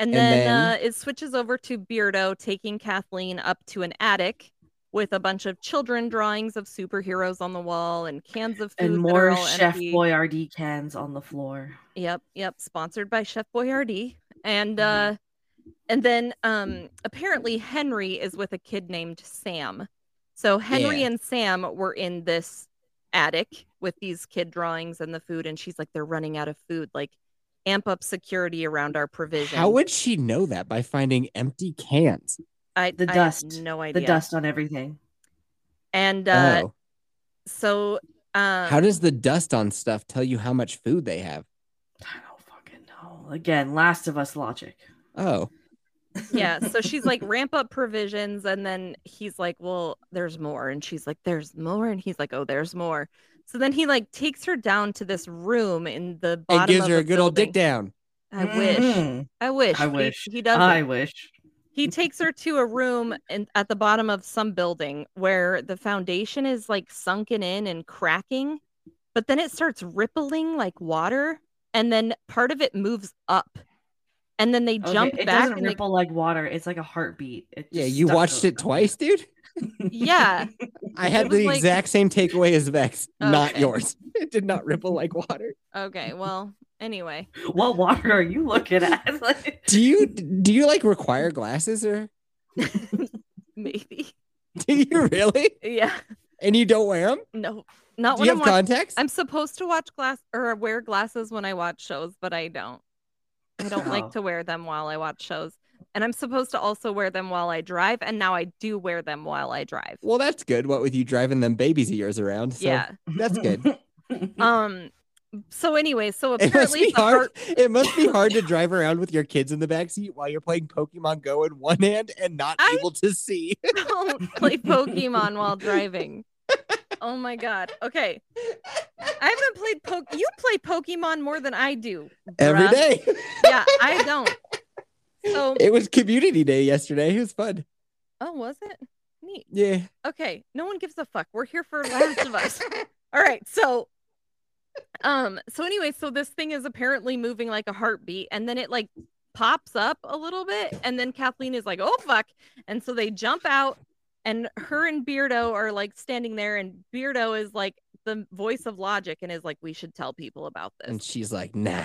And then,
then-
uh, it switches over to Beardo taking Kathleen up to an attic with a bunch of children drawings of superheroes on the wall and cans of food
And
that are
more
all
Chef
empty.
Boyardee cans on the floor.
Yep, yep. Sponsored by Chef Boyardee. And
Mhm.
uh and then um apparently Henry is with a kid named Sam. So Henry
Yeah.
and Sam were in this attic with these kid drawings and the food, and she's like, they're running out of food. Like amp up security around our provision.
How would she know that by finding empty cans?
I
The
I have
dust.
no idea.
The dust on everything.
And uh
oh,
so um
how does the dust on stuff tell you how much food they have?
I don't fucking know. Again, Last of Us logic.
Oh,
yeah so she's like ramp up provisions and then he's like well there's more and she's like there's more and he's like oh there's more so then he like takes her down to this room in the bottom
It gives
of
her a good old Mm. dick
building.
down.
i
Mm-hmm.
wish
Mhm.
i wish
I
He-
wish.
he, does
I wish.
he takes her to a room in, at the bottom of some building where the foundation is like sunken in and cracking but then it starts rippling like water and then part of it moves up and then they
Okay,
jump
it
back
doesn't
and they
ripple like water. It's like a heartbeat. It
Yeah,
just
you
stuck
watched
to-
it twice, dude.
Yeah.
I
It
had
was
the
like-
exact same takeaway as Vex, not
Okay.
yours. It did not ripple like water.
Okay, well, anyway.
what water are you looking at? Like-
Do you do you like require glasses or
Maybe.
do you really?
Yeah.
And you don't wear them?
No. Not
Do
when
you
I'm
have
watching.
contacts?
I'm supposed to watch glass or wear glasses when I watch shows, but I don't. I don't
Oh.
like to wear them while I watch shows. And I'm supposed to also wear them while I drive. And now I do wear them while I drive.
Well, that's good. What with you driving them babies of yours around? So
yeah.
that's good.
Um. So anyway, so
It must
apparently
be
the
hard.
heart-
It must be hard to drive around with your kids in the backseat while you're playing Pokemon Go in one hand and not
I-
able to see.
don't play Pokemon while driving. Oh my god. Okay. I haven't played Poke. You play Pokemon more than I do.
Every
bruh.
day.
Yeah, I don't. So,
It was community day yesterday. It was fun.
oh, was it? Neat.
Yeah.
Okay. No one gives a fuck. We're here for Last of Us. All right. So, um, so anyway, so this thing is apparently moving like a heartbeat and then it like pops up a little bit. And then Kathleen is like, oh, fuck. And so they jump out and her and Beardo are like standing there. And Beardo is like the voice of logic and is like, we should tell people about
And
this.
she's like, nah,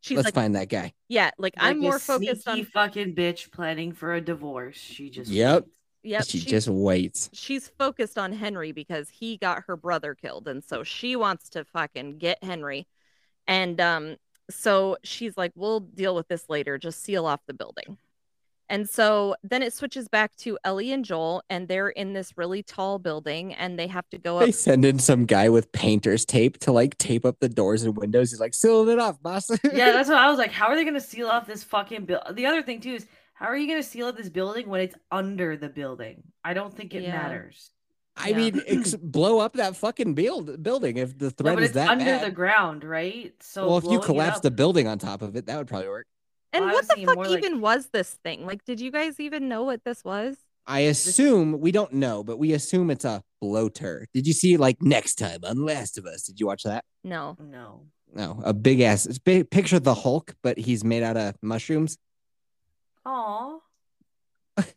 She's
let's
like,
find that guy.
yeah, like I'm
Like a
more focused
sneaky
on,
fucking bitch planning for a divorce. She just
Yep.
waits.
yep,
she
she's-
just waits.
she's focused on Henry because he got her brother killed and so she wants to fucking get Henry. And um so she's like we'll deal with this later, just seal off the building. And so then it switches back to Ellie and Joel and they're in this really tall building and they have to go up
They send in some guy with painter's tape to like tape up the doors and windows. He's like, sealing it off, boss.
yeah, that's what I was like. How are they gonna seal off this fucking bill? The other thing too is how are you gonna seal up this building when it's under the building? I don't think it
Yeah.
matters.
I
Yeah.
mean, ex- blow up that fucking build- building if the
Yeah,
threat
but
is
it's
that
under
bad.
the ground, right? So
well, if you
blowing it
collapse
up-
the building on top of it, that would probably work.
And
I
what
was
the
thinking
fuck
more like-
even was this thing? Like did you guys even know what this was?
I assume we don't know, but we assume it's a bloater. Did you see like next time on Last of Us? Did you watch that?
No.
no,
No, a big ass. It's big, picture the Hulk, but he's made out of mushrooms.
oh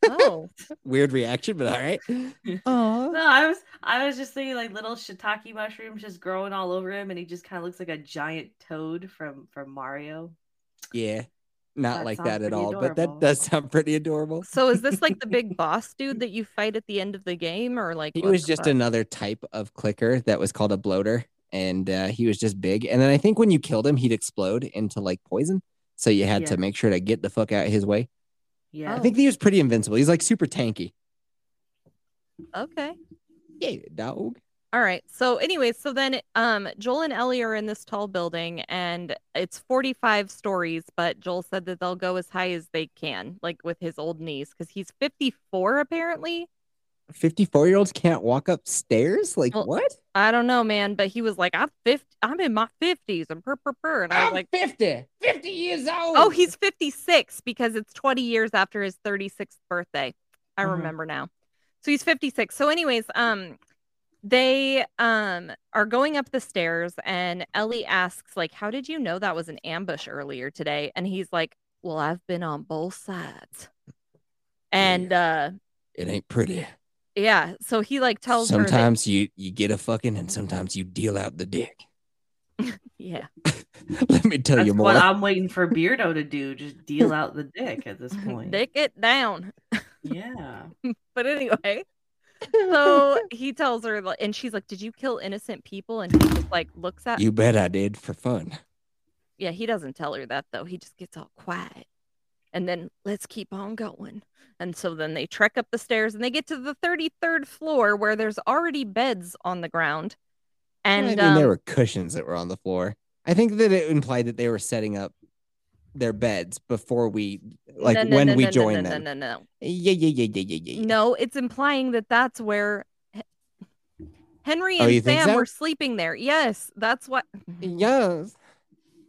Oh.
Weird reaction, but all right. Aw.
no, I was I was just thinking like little shiitake mushrooms just growing all over him, and he just kind of looks like a giant toad from from Mario.
Yeah, not
That
like
sounds
that at
pretty
all, but that
adorable.
does sound pretty adorable.
so is this like the big boss dude that you fight at the end of the game or like
He
what
was
the
just
fuck?
another type of clicker that was called a bloater, and uh, he was just big. And then I think when you killed him, he'd explode into like poison. So you had
Yeah.
to make sure to get the fuck out of his way.
Yeah,
I
Oh.
think he was pretty invincible. He's like super tanky.
Okay.
Yeah, dog.
All right. So anyway, so then um Joel and Ellie are in this tall building and it's 45 stories, but Joel said that they'll go as high as they can, like with his old knees cuz he's 54 apparently.
54 year olds can't walk upstairs? Like,
Well,
what?
I don't know, man, but he was like I'm 50 I'm in my 50s and per per per and I was like
50, 50 years old.
Oh, he's 56 because it's 20 years after his 36th birthday. I
Mhm.
remember now. So he's 56. So anyways, um they um are going up the stairs and Ellie asks like, "How did you know that was an ambush earlier today?" And he's like, "Well, I've been on both sides." And uh
It ain't pretty.
yeah, so he like tells her that-
Sometimes you, you get a fucking and sometimes you deal out the dick.
yeah.
Let me tell
that's
you more.
what I'm waiting for Beardo to do. Just deal out the dick at this point.
Dick it down.
Yeah.
but anyway so he tells her like- and she's like did you kill innocent people and he just like looks at
You bet I did for fun.
yeah he doesn't tell her that though he just gets all quiet and then let's keep on going and so then they trek up the stairs and they get to the 33rd floor where there's already beds on the ground and
I mean,
um,
there were cushions that were on the floor. I think that it implied that they were setting up their beds before we, like,
no, no,
when
no,
we
no, no,
joined
no,
them.
no no no
Yeah, yeah, yeah, yeah, yeah, yeah. yeah.
No, it's implying that that's where H- henry
Oh,
and
you think
sam
so?
were sleeping there yes that's what
Yes.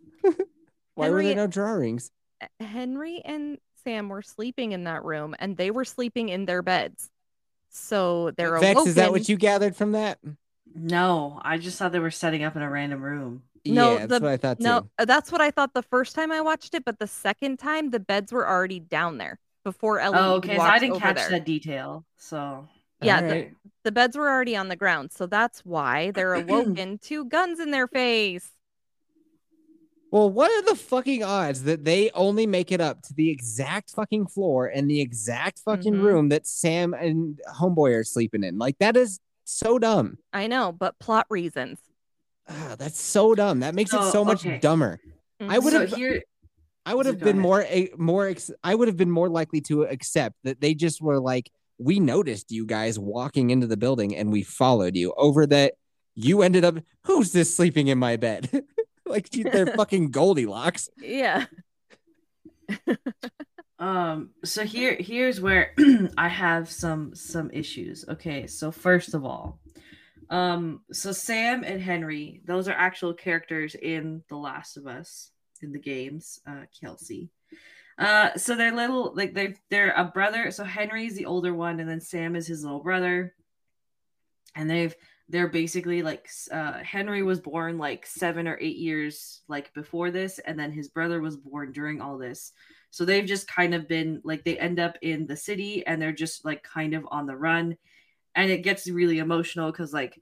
Why were
Henry-
there no drawings?
Henry and Sam were sleeping in that room and they were sleeping in their beds. So they're
Vex,
awoken.
is that what you gathered from that?
No, I just thought they were setting up in a random room.
No, the-
yeah, that's what I thought too.
No, uh, that's what I thought the first time I watched it, but the second time the beds were already down there before Ellie.
Oh, okay. So
walked
I didn't
over
catch
there.
that detail. So
Yeah,
All
the-
right.
the beds were already on the ground, so that's why they're awoken to guns in their face.
Well, what are the fucking odds that they only make it up to the exact fucking floor and the exact fucking
Mhm.
room that Sam and Homeboy are sleeping in? Like that is so dumb.
I know, but plot reasons.
Ah, that's so dumb. That makes it
So,
so much
Oh, okay.
dumber. I
Mhm.
would
so
have-
here
I would
So
have
go
been
ahead.
more a, more ex- I would have been more likely to accept that they just were like we noticed you guys walking into the building and we followed you over that you ended up who's this sleeping in my bed like she- they're fucking Goldilocks
Yeah.
Um so here here's where I have some some issues. Okay, so first of all, um so Sam and Henry, those are actual characters in The Last of Us in the games, uh Kelsey. Uh so they're little like they're they're a brother, so Henry's the older one and then Sam is his little brother. And they've they're basically like s- uh Henry was born like 7 or 8 years like before this and then his brother was born during all this. So they've just kind of been like they end up in the city and they're just like kind of on the run. And it gets really emotional because like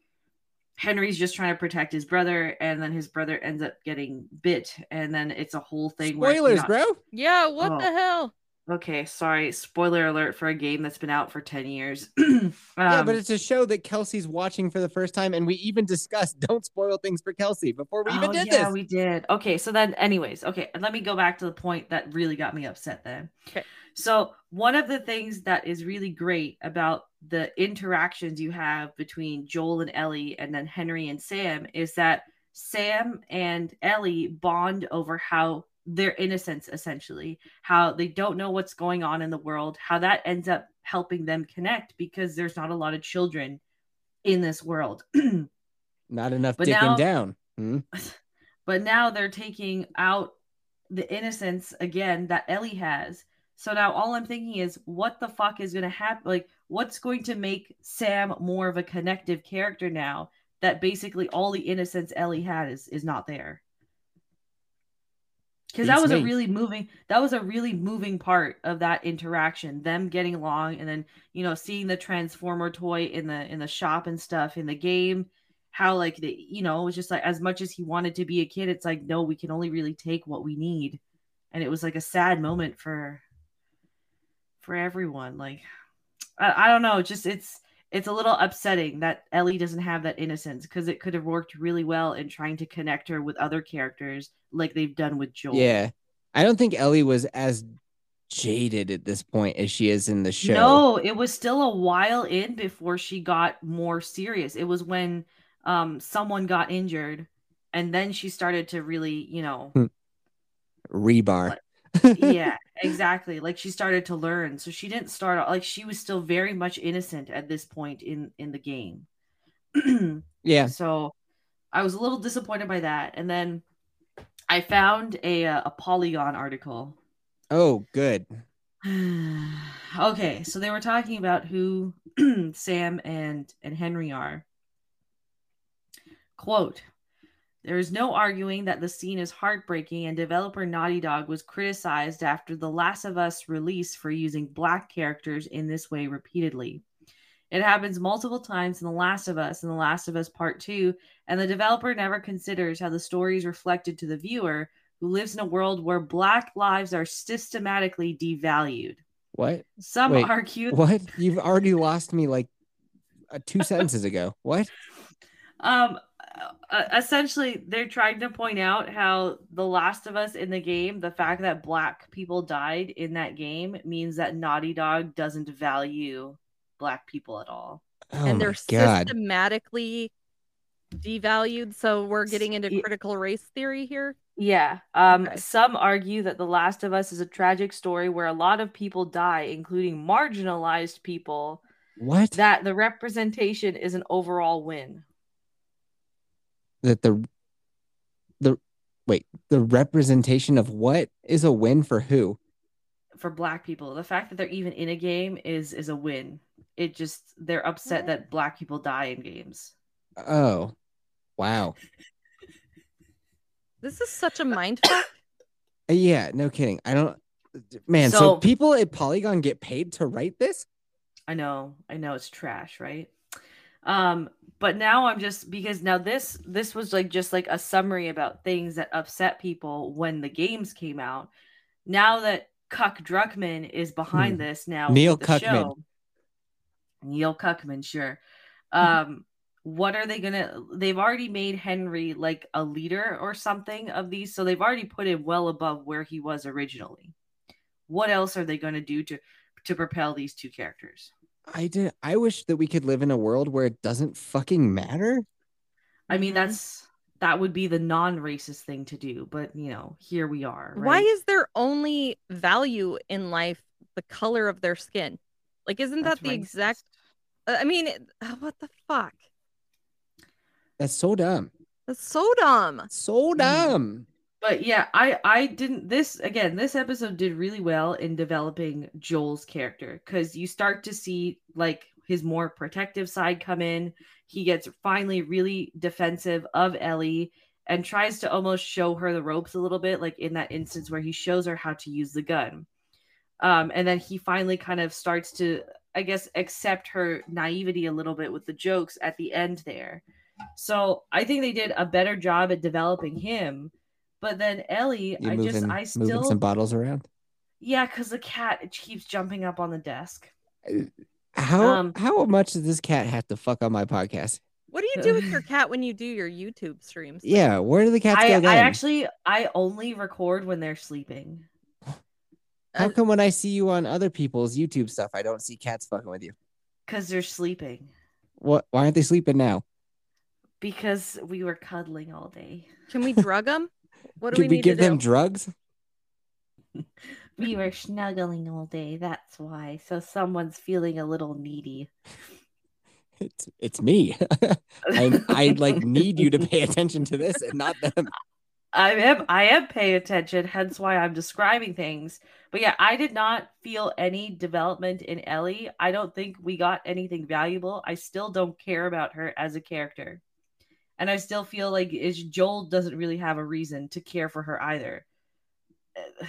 Henry's just trying to protect his brother, and then his brother ends up getting bit, and then it's a whole thing. where it's
spoilers
not-
bro
Yeah. What the
Oh.
hell?
Okay, sorry. Spoiler alert for a game that's been out for ten years.
yeah
Um,
but it's a show that Kelsey's watching for the first time and we even discussed don't spoil things for Kelsey before we even
Oh,
did
yeah,
this
we did. Okay, so then, anyways, okay, let me go back to the point that really got me upset then.
Okay.
So, one of the things that is really great about the interactions you have between Joel and Ellie and then Henry and Sam is that Sam and Ellie bond over how their innocence essentially, how they don't know what's going on in the world, how that ends up helping them connect because there's not a lot of children in this world.
not enough
But
dicking
now-
down Hmm?
but now they're taking out the innocence again that Ellie has. So now all I'm thinking is, what the fuck is going to happen? Like, what's going to make Sam more of a connective character now that basically all the innocence Ellie had is, is not there? Because that
Beats
was a
me.
really moving, that was a really moving part of that interaction. Them getting along, and then you know seeing the Transformer toy in the in the shop and stuff in the game, how like the you know it was just like as much as he wanted to be a kid it's like no we can only really take what we need and it was like a sad moment for for everyone like i, I don't know just it's it's a little upsetting that ellie doesn't have that innocence because it could have worked really well in trying to connect her with other characters like they've done with joel
yeah I don't think Ellie was as jaded at this point as she is in the show
No, it was still a while in before she got more serious. It was when um someone got injured and then she started to really, you know,
rebar
yeah, exactly. Like she started to learn. So she didn't start out like she was still very much innocent at this point in in the game.
yeah
So I was a little disappointed by that. And then I found a uh, a Polygon article
Oh, good.
okay, so they were talking about who Sam and and Henry are. Quote: There is no arguing that the scene is heartbreaking, and developer Naughty Dog was criticized after The Last of Us release for using black characters in this way repeatedly. It happens multiple times in The Last of Us and The Last of Us Part 2, and the developer never considers how the story is reflected to the viewer who lives in a world where black lives are systematically devalued.
What?
Some
Wait,
argue
What? You've already lost me like uh, two sentences ago. What?
um uh, essentially they're trying to point out how the last of us in the game the fact that black people died in that game means that naughty dog doesn't value black people at all
Oh
and
my
they're
god.
systematically devalued. So we're getting into
Ye-
critical race theory here.
Yeah. Um,
Okay.
Some argue that The Last of Us is a tragic story where a lot of people die, including marginalized people,
What? That-,
that the representation is an overall win.
the the wait, the representation of what is a win for who?
for black people the fact that they're even in a game is is a win it just they're upset that black people die in games
Oh. Wow.
This is such a mind fuck.
Uh, Yeah, no kidding. I don't Man, so,
So-
people at Polygon get paid to write this?
i know i know it's trash right um but now i'm just because now this this was like just like a summary about things that upset people when the games came out now that cuck druckman is behind
Hmm.
this now
Neil
with the
Cuckman.
show, neil cuckman sure um what are they gonna they've already made henry like a leader or something of these so they've already put him well above where he was originally what else are they gonna do to to propel these two characters
I did. I wish that we could live in a world where it doesn't fucking matter.
i mean
Mhm.
that's that would be the non-racist thing to do but you know here we are
Why
right?
is their only value in life the color of their skin? Like, isn't
That's
that the
racist.
exact? uh, I mean, it- uh, what the fuck?
That's so dumb.
That's so dumb.
So
Mm.
dumb.
but yeah i i didn't this again this episode did really well in developing joel's character because you start to see like his more protective side come in he gets finally really defensive of ellie and tries to almost show her the ropes a little bit like in that instance where he shows her how to use the gun um, and then he finally kind of starts to i guess accept her naivety a little bit with the jokes at the end there so i think they did a better job at developing him but then ellie
You
i
moving,
just i
moving
still
some bottles around.
yeah because the cat it keeps jumping up on the desk
How
Um,
how much does this cat have to fuck on my podcast?
What do you do with your cat when you do your YouTube streams?
Yeah, where do the cats
I,
go then?
I actually i only record when they're sleeping
how come when I see you on other people's YouTube stuff, I don't see cats fucking with you?
because they're sleeping
What? Why aren't they sleeping now?
because we were cuddling all day
Can we drug them? What do
Did
we,
we,
need
give
to do?
them drugs?
we were snuggling all day that's why so someone's feeling a little needy
It's it's me. I I like need you to pay attention to this and not them.
I
Mm-hmm.
am I am paying attention, hence why I'm describing things. But yeah, I did not feel any development in Ellie. I don't think we got anything valuable. I still don't care about her as a character. And I still feel like it's, Joel doesn't really have a reason to care for her either. Uh,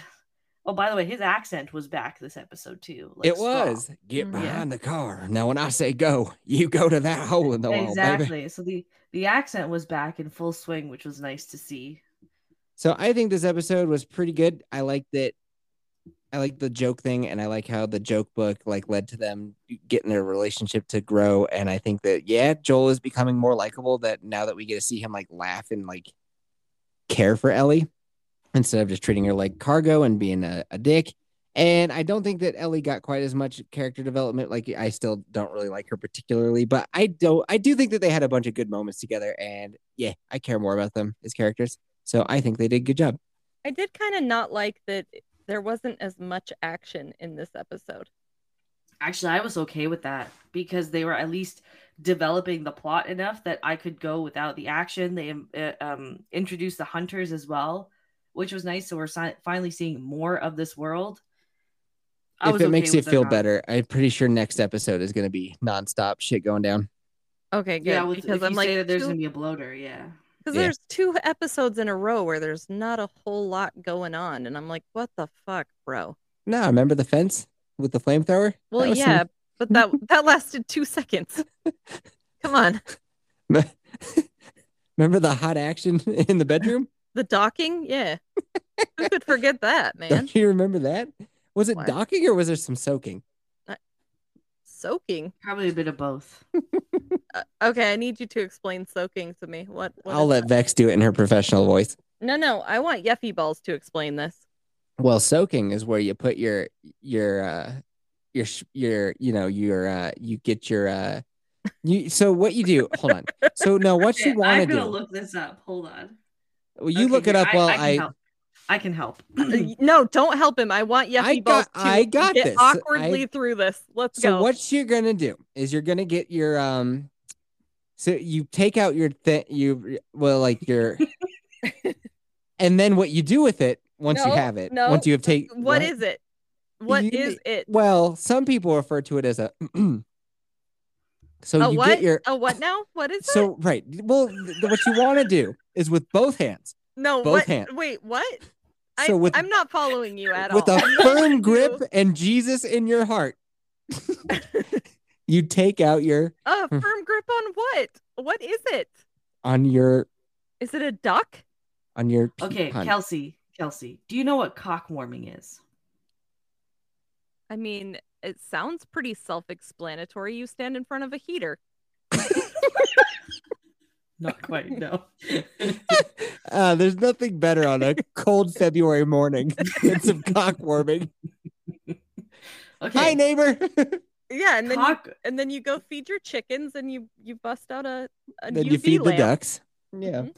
Oh, by the way, his accent was back this episode too. like
it
strong.
was get
Mm.
behind the
Yeah.
car. Now when I say go, you go to that hole in the wall, Oh, baby.
exactly. So the the accent was back in full swing, which was nice to see.
So I think this episode was pretty good. I like that. I like the joke thing, and I like how the joke book like led to them getting their relationship to grow. And I think that yeah, Joel is becoming more likable. That now that we get to see him like laugh and like care for Ellie instead of just treating her like cargo and being a, a dick. And I don't think that Ellie got quite as much character development. Like I still don't really like her particularly, but I don't. I do think that they had a bunch of good moments together, and yeah, I care more about them as characters. So I think they did a good job.
I did kind of not like that there wasn't as much action in this episode.
Actually, I was okay with that because they were at least developing the plot enough that I could go without the action. They um, uh, um, introduced the hunters as well, which was nice. So we're si- finally seeing more of this world. I
if
was
it
okay
makes you
with
feel
not-
better, I'm pretty sure next episode is going to be nonstop shit going down.
Okay, good.
yeah, with,
because
if
I'm
you
like,
say that there's
two-
gonna be a bloater, yeah.
Because
Yeah.
there's two episodes in a row where there's not a whole lot going on. And I'm like, what the fuck, bro?
No, remember the fence with the flamethrower?
Well,
That was
yeah,
some-
but that that lasted two seconds. Come on.
remember the hot action in the bedroom?
The docking? Yeah. Who could forget that, man?
Don't you remember that? Was it
What?
docking or was there some soaking?
Soaking.
Probably a bit of both.
Uh, okay, I need you to explain soaking to me. What? what
I'll
is
let
that?
Vex do it in her professional voice.
No, no, I want Yeffy Balls to explain this.
Well, soaking is where you put your your uh your sh- your you know your uh you get your uh you so what you do hold on so no what you want to
I'm
do
gonna look this up. Hold on.
well, you look it up while
I can help. I can help.
Uh, no, don't help him. I want Yeffy
I
Balls
got-
to
I got
get
this. I-
awkwardly through this. Let's
so
go.
what you're gonna do is you're gonna get your um so you take out your thing you well like your and then what you do with it once you
No,
have it
no.
once you have taken
What is it? What
You-
is it?
well some people refer to it as a so
a
you
what?
get your
a what now? What is it?
so right well th- what you want to do is with both hands
No,
both
what?
hands.
Wait, what? I,
so with
I'm not following you at
with
all.
a
I'm not
firm
gonna
grip
do
and jesus in your heart you take out your
A firm grip on what? What is it?
on your
Is it a duck?
on your pee
okay,
pun.
Kelsey. Kelsey, do you know what cock warming is?
I mean, it sounds pretty self-explanatory. You stand in front of a heater.
Not quite, no.
Uh, there's nothing better on a cold February morning than some cock warming. Hi,
okay.
neighbor.
Yeah, and then you,
cock-
and then you go feed your chickens and you you bust out a, a
then
UV
you feed
lamp.
the ducks. Yeah.
Mhm.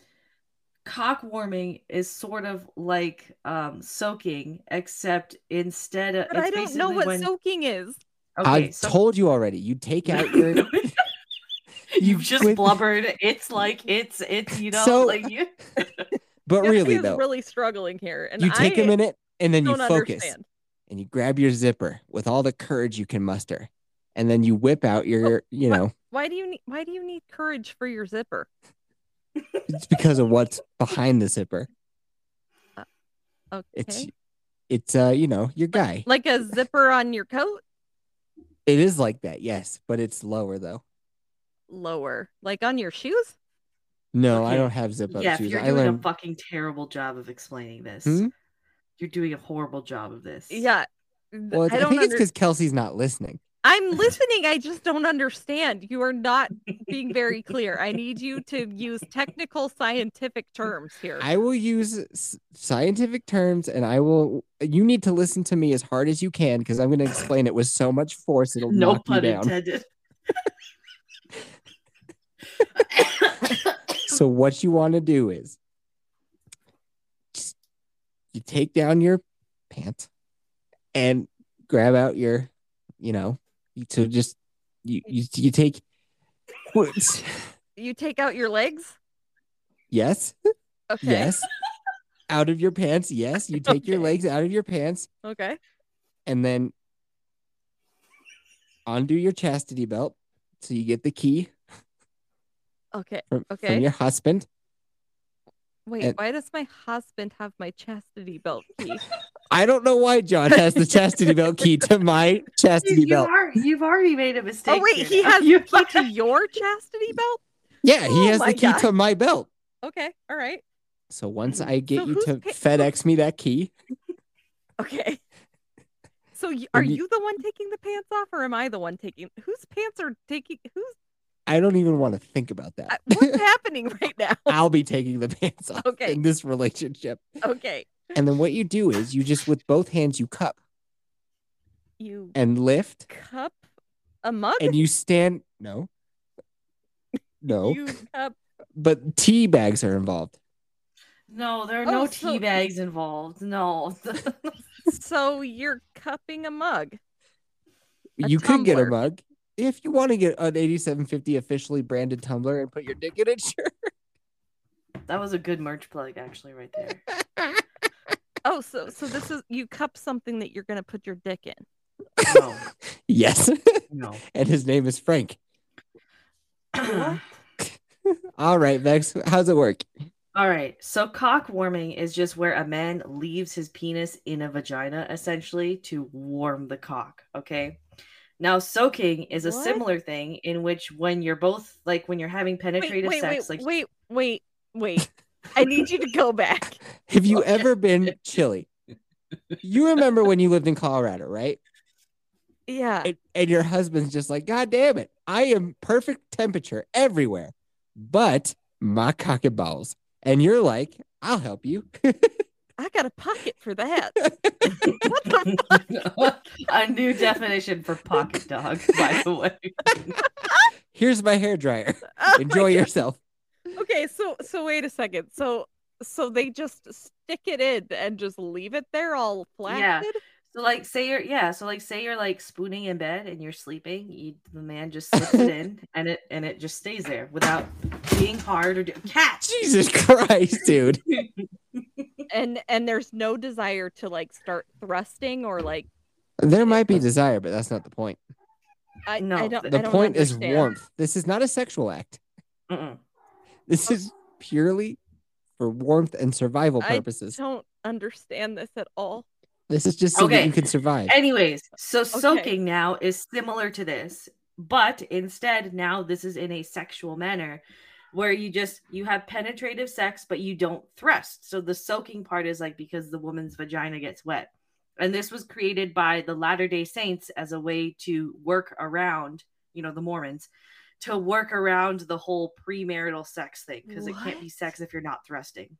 cock warming is sort of like um soaking, except instead of
But
it's
I don't know
basically
what
when,
soaking is.
okay,
I've
so-
told you already. You take out your.
you just
quit-
blubbered. It's like it's it's you know
So-
like you
But
Jesse
Oh, really,
is
though,
really struggling here, and
you take
I
a minute and then you
don't
focus
understand.
and you grab your zipper with all the courage you can muster, and then you whip out your, you
what?
know,
Why do you need Why do you need courage for your zipper?
it's because of what's behind the zipper.
Okay,
It's, it's, uh, you know, your guy.
like a zipper on your coat,
It is like that, yes, but it's lower though.
lower, like on your shoes.
No, I
Okay.
don't have zip up
yeah.
shoes.
You're
I
doing a
learned
fucking terrible job of explaining this.
Hmm?
You're doing a horrible job of this.
Yeah,
Well, it's-
I
I,
don't
think it's
under-
because Kelsey's not listening.
I'm listening. I just don't understand. You are not being very clear. I need you to use technical scientific terms here.
I will use s- scientific terms, and I will. You need to listen to me as hard as you can because I'm going to explain it with so much force it'll
No
knock you
pun
down.
intended.
So what you want to do is, just- you take down your pants, and grab out your, you know, you- so just you you, you take. What?
You take out your legs.
Yes.
Okay.
Yes. out of your pants. Yes. You take your
Okay.
legs out of your pants
Okay.
and then undo your chastity belt so you get the key
Okay.
from, from
Okay.
your husband.
Wait,
And-
why does my husband have my chastity belt key?
I don't know why John has the chastity belt key to my chastity
You've,
belt.
already, you've already made a mistake.
oh wait,
here
he
now.
has
You-
the key to your chastity belt.
Yeah, he
Oh
has the
my
key
God.
to my belt.
Okay. All right.
So once I get
So
you
who's
to
pay-
FedEx me that key,
Okay. So y- are
you-
you the one taking the pants off, or am I the one taking? Whose pants are taking? Who's
I don't even want to think about
uh,
that.
what's happening right now?
I'll be taking the pants off
Okay.
in this relationship.
Okay.
And then what you do is you just with both hands you cup
You
and lift
cup a mug.
and you stand no no
You cup.
but tea bags are involved
No, there are
Oh,
no
so-
tea bags involved. No.
So you're cupping a mug. A
you could get a
tumbler.
mug if you want to get an 8750 officially branded tumbler and put your dick in it sure
that was a good merch plug, actually, right there.
Oh, so so this is you cup something that you're gonna put your dick in.
No,
yes
no.
and his name is frank all right vex how's it work
All right. So cock warming is just where a man leaves his penis in a vagina essentially to warm the cock, okay? Now soaking is a
What?
similar thing in which when you're both like when you're having penetrative
wait,
sex like
wait, wait, wait. I need you to go back.
have you
What?
ever been chilly you remember when you lived in colorado right
Yeah.
and, and your husband's just like god damn it i am perfect temperature everywhere but my cock and balls and you're like i'll help you
I got a pocket for that. Oh what the
a new definition for pocket dog, by the way.
here's my hair dryer.
fuck? Oh my
Enjoy
God.
yourself.
Okay, so so wait a second. So so they just stick it in and just leave it there all flaccid?
So like say you're yeah, so like say you're like spooning in bed and you're sleeping, you, the man just slips it in and it and it just stays there without being hard or do- cat.
Jesus Christ, dude.
And and there's no desire to like start thrusting or like
There might be desire, but that's not the point.
I, I
No,
don't
The
I don't
point
understand.
is warmth. This is not a sexual act.
Mm-mm.
This is purely for warmth and survival
I
purposes.
don't understand this at all.
This is just so that
Okay.
you can survive.
Anyways, so soaking now is similar to this, but instead now this is in a sexual manner where you just you have penetrative sex but you don't thrust. So the soaking part is like because the woman's vagina gets wet. And this was created by the Latter-day Saints as a way to work around, you know, the Mormons to work around the whole premarital sex thing because it can't be
What?
sex if you're not thrusting.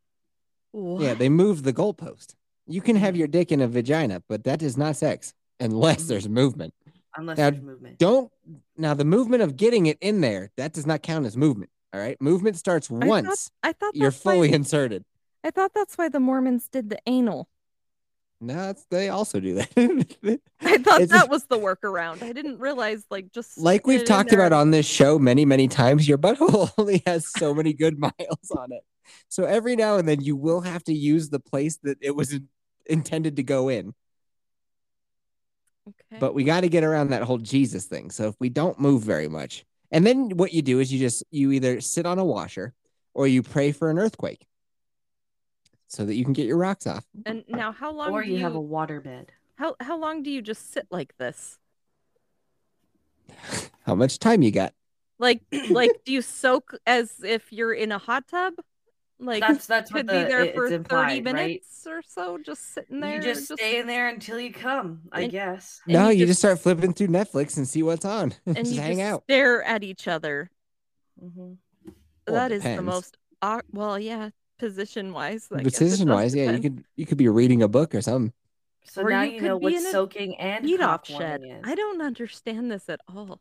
Yeah, they moved the goalpost. You can have your dick in a vagina, but that is not sex
Mm-hmm.
unless there's movement.
Unless
Now,
there's movement.
Don't now the movement of getting it in there, that does not count as movement. All right. Movement starts
I thought-
once
I thought
you're
that's why-
fully inserted.
I thought that's why the Mormons did the anal.
No, that's, they also do that.
I thought
It's
that
just-
was the workaround. I didn't realize, like, just
like
sticking it
we've
in
talked
there.
about on this show many, many times, your butthole only has so many good miles on it. So every now and then you will have to use the place that it was in- intended to go in.
Okay.
But we got to get around that whole Jesus thing. So if we don't move very much, and then what you do is you just you either sit on a washer or you pray for an earthquake so that you can get your rocks off.
and now, how long
Or
do
you
you
have a waterbed.
how how long do you just sit like this?
How much time you got?
Like, like, do you soak as if you're in a hot tub? Like,
that's that's
could
what
be
the,
there
it-
for
it's
thirty
implied, right?
minutes or so, just sitting there.
You just, stay in there until you come, I
And-
guess.
And
no,
you
you just,
just-
start flipping through Netflix and see what's on.
and
just
you
hang
just
out.
stare at each other. Mm-hmm.
Well,
Mhm.
it
that is the
depends.
most au- well, yeah, position wise.
Decision wise, yeah, you could you could be reading a book or something.
So
Or
now
you
you
could
know
be
what
in a
soaking and
eat off
cock warming
shed.
is.
I don't understand this at all.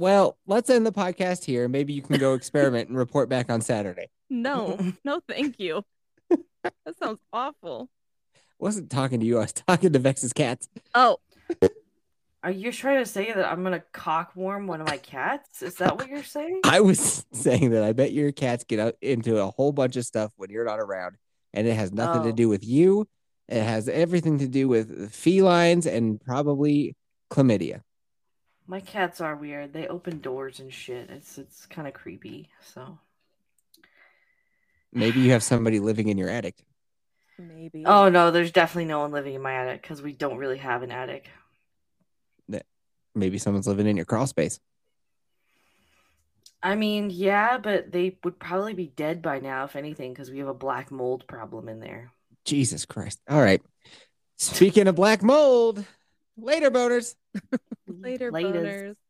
Well, let's end the podcast here. Maybe you can go experiment and report back on Saturday.
No, no, thank you. that sounds awful.
Wasn't talking to you. I was talking to Vex's cats.
Oh,
Are you trying to say that I'm gonna cock warm one of my cats? Is that what you're saying?
I was saying that I bet your cats get out into a whole bunch of stuff when you're not around, and it has nothing to
Oh.
do with you. It has everything to do with felines and probably chlamydia.
My cats are weird. They open doors and shit. It's it's kind of creepy. So.
Maybe you have somebody living in your attic.
maybe.
Oh no, there's definitely no one living in my attic because we don't really have an attic.
Maybe someone's living in your crawl space.
I mean, yeah, but they would probably be dead by now if anything because we have a black mold problem in there.
Jesus Christ. All right. Speaking of black mold, later boners.
later,
Laters.
boners.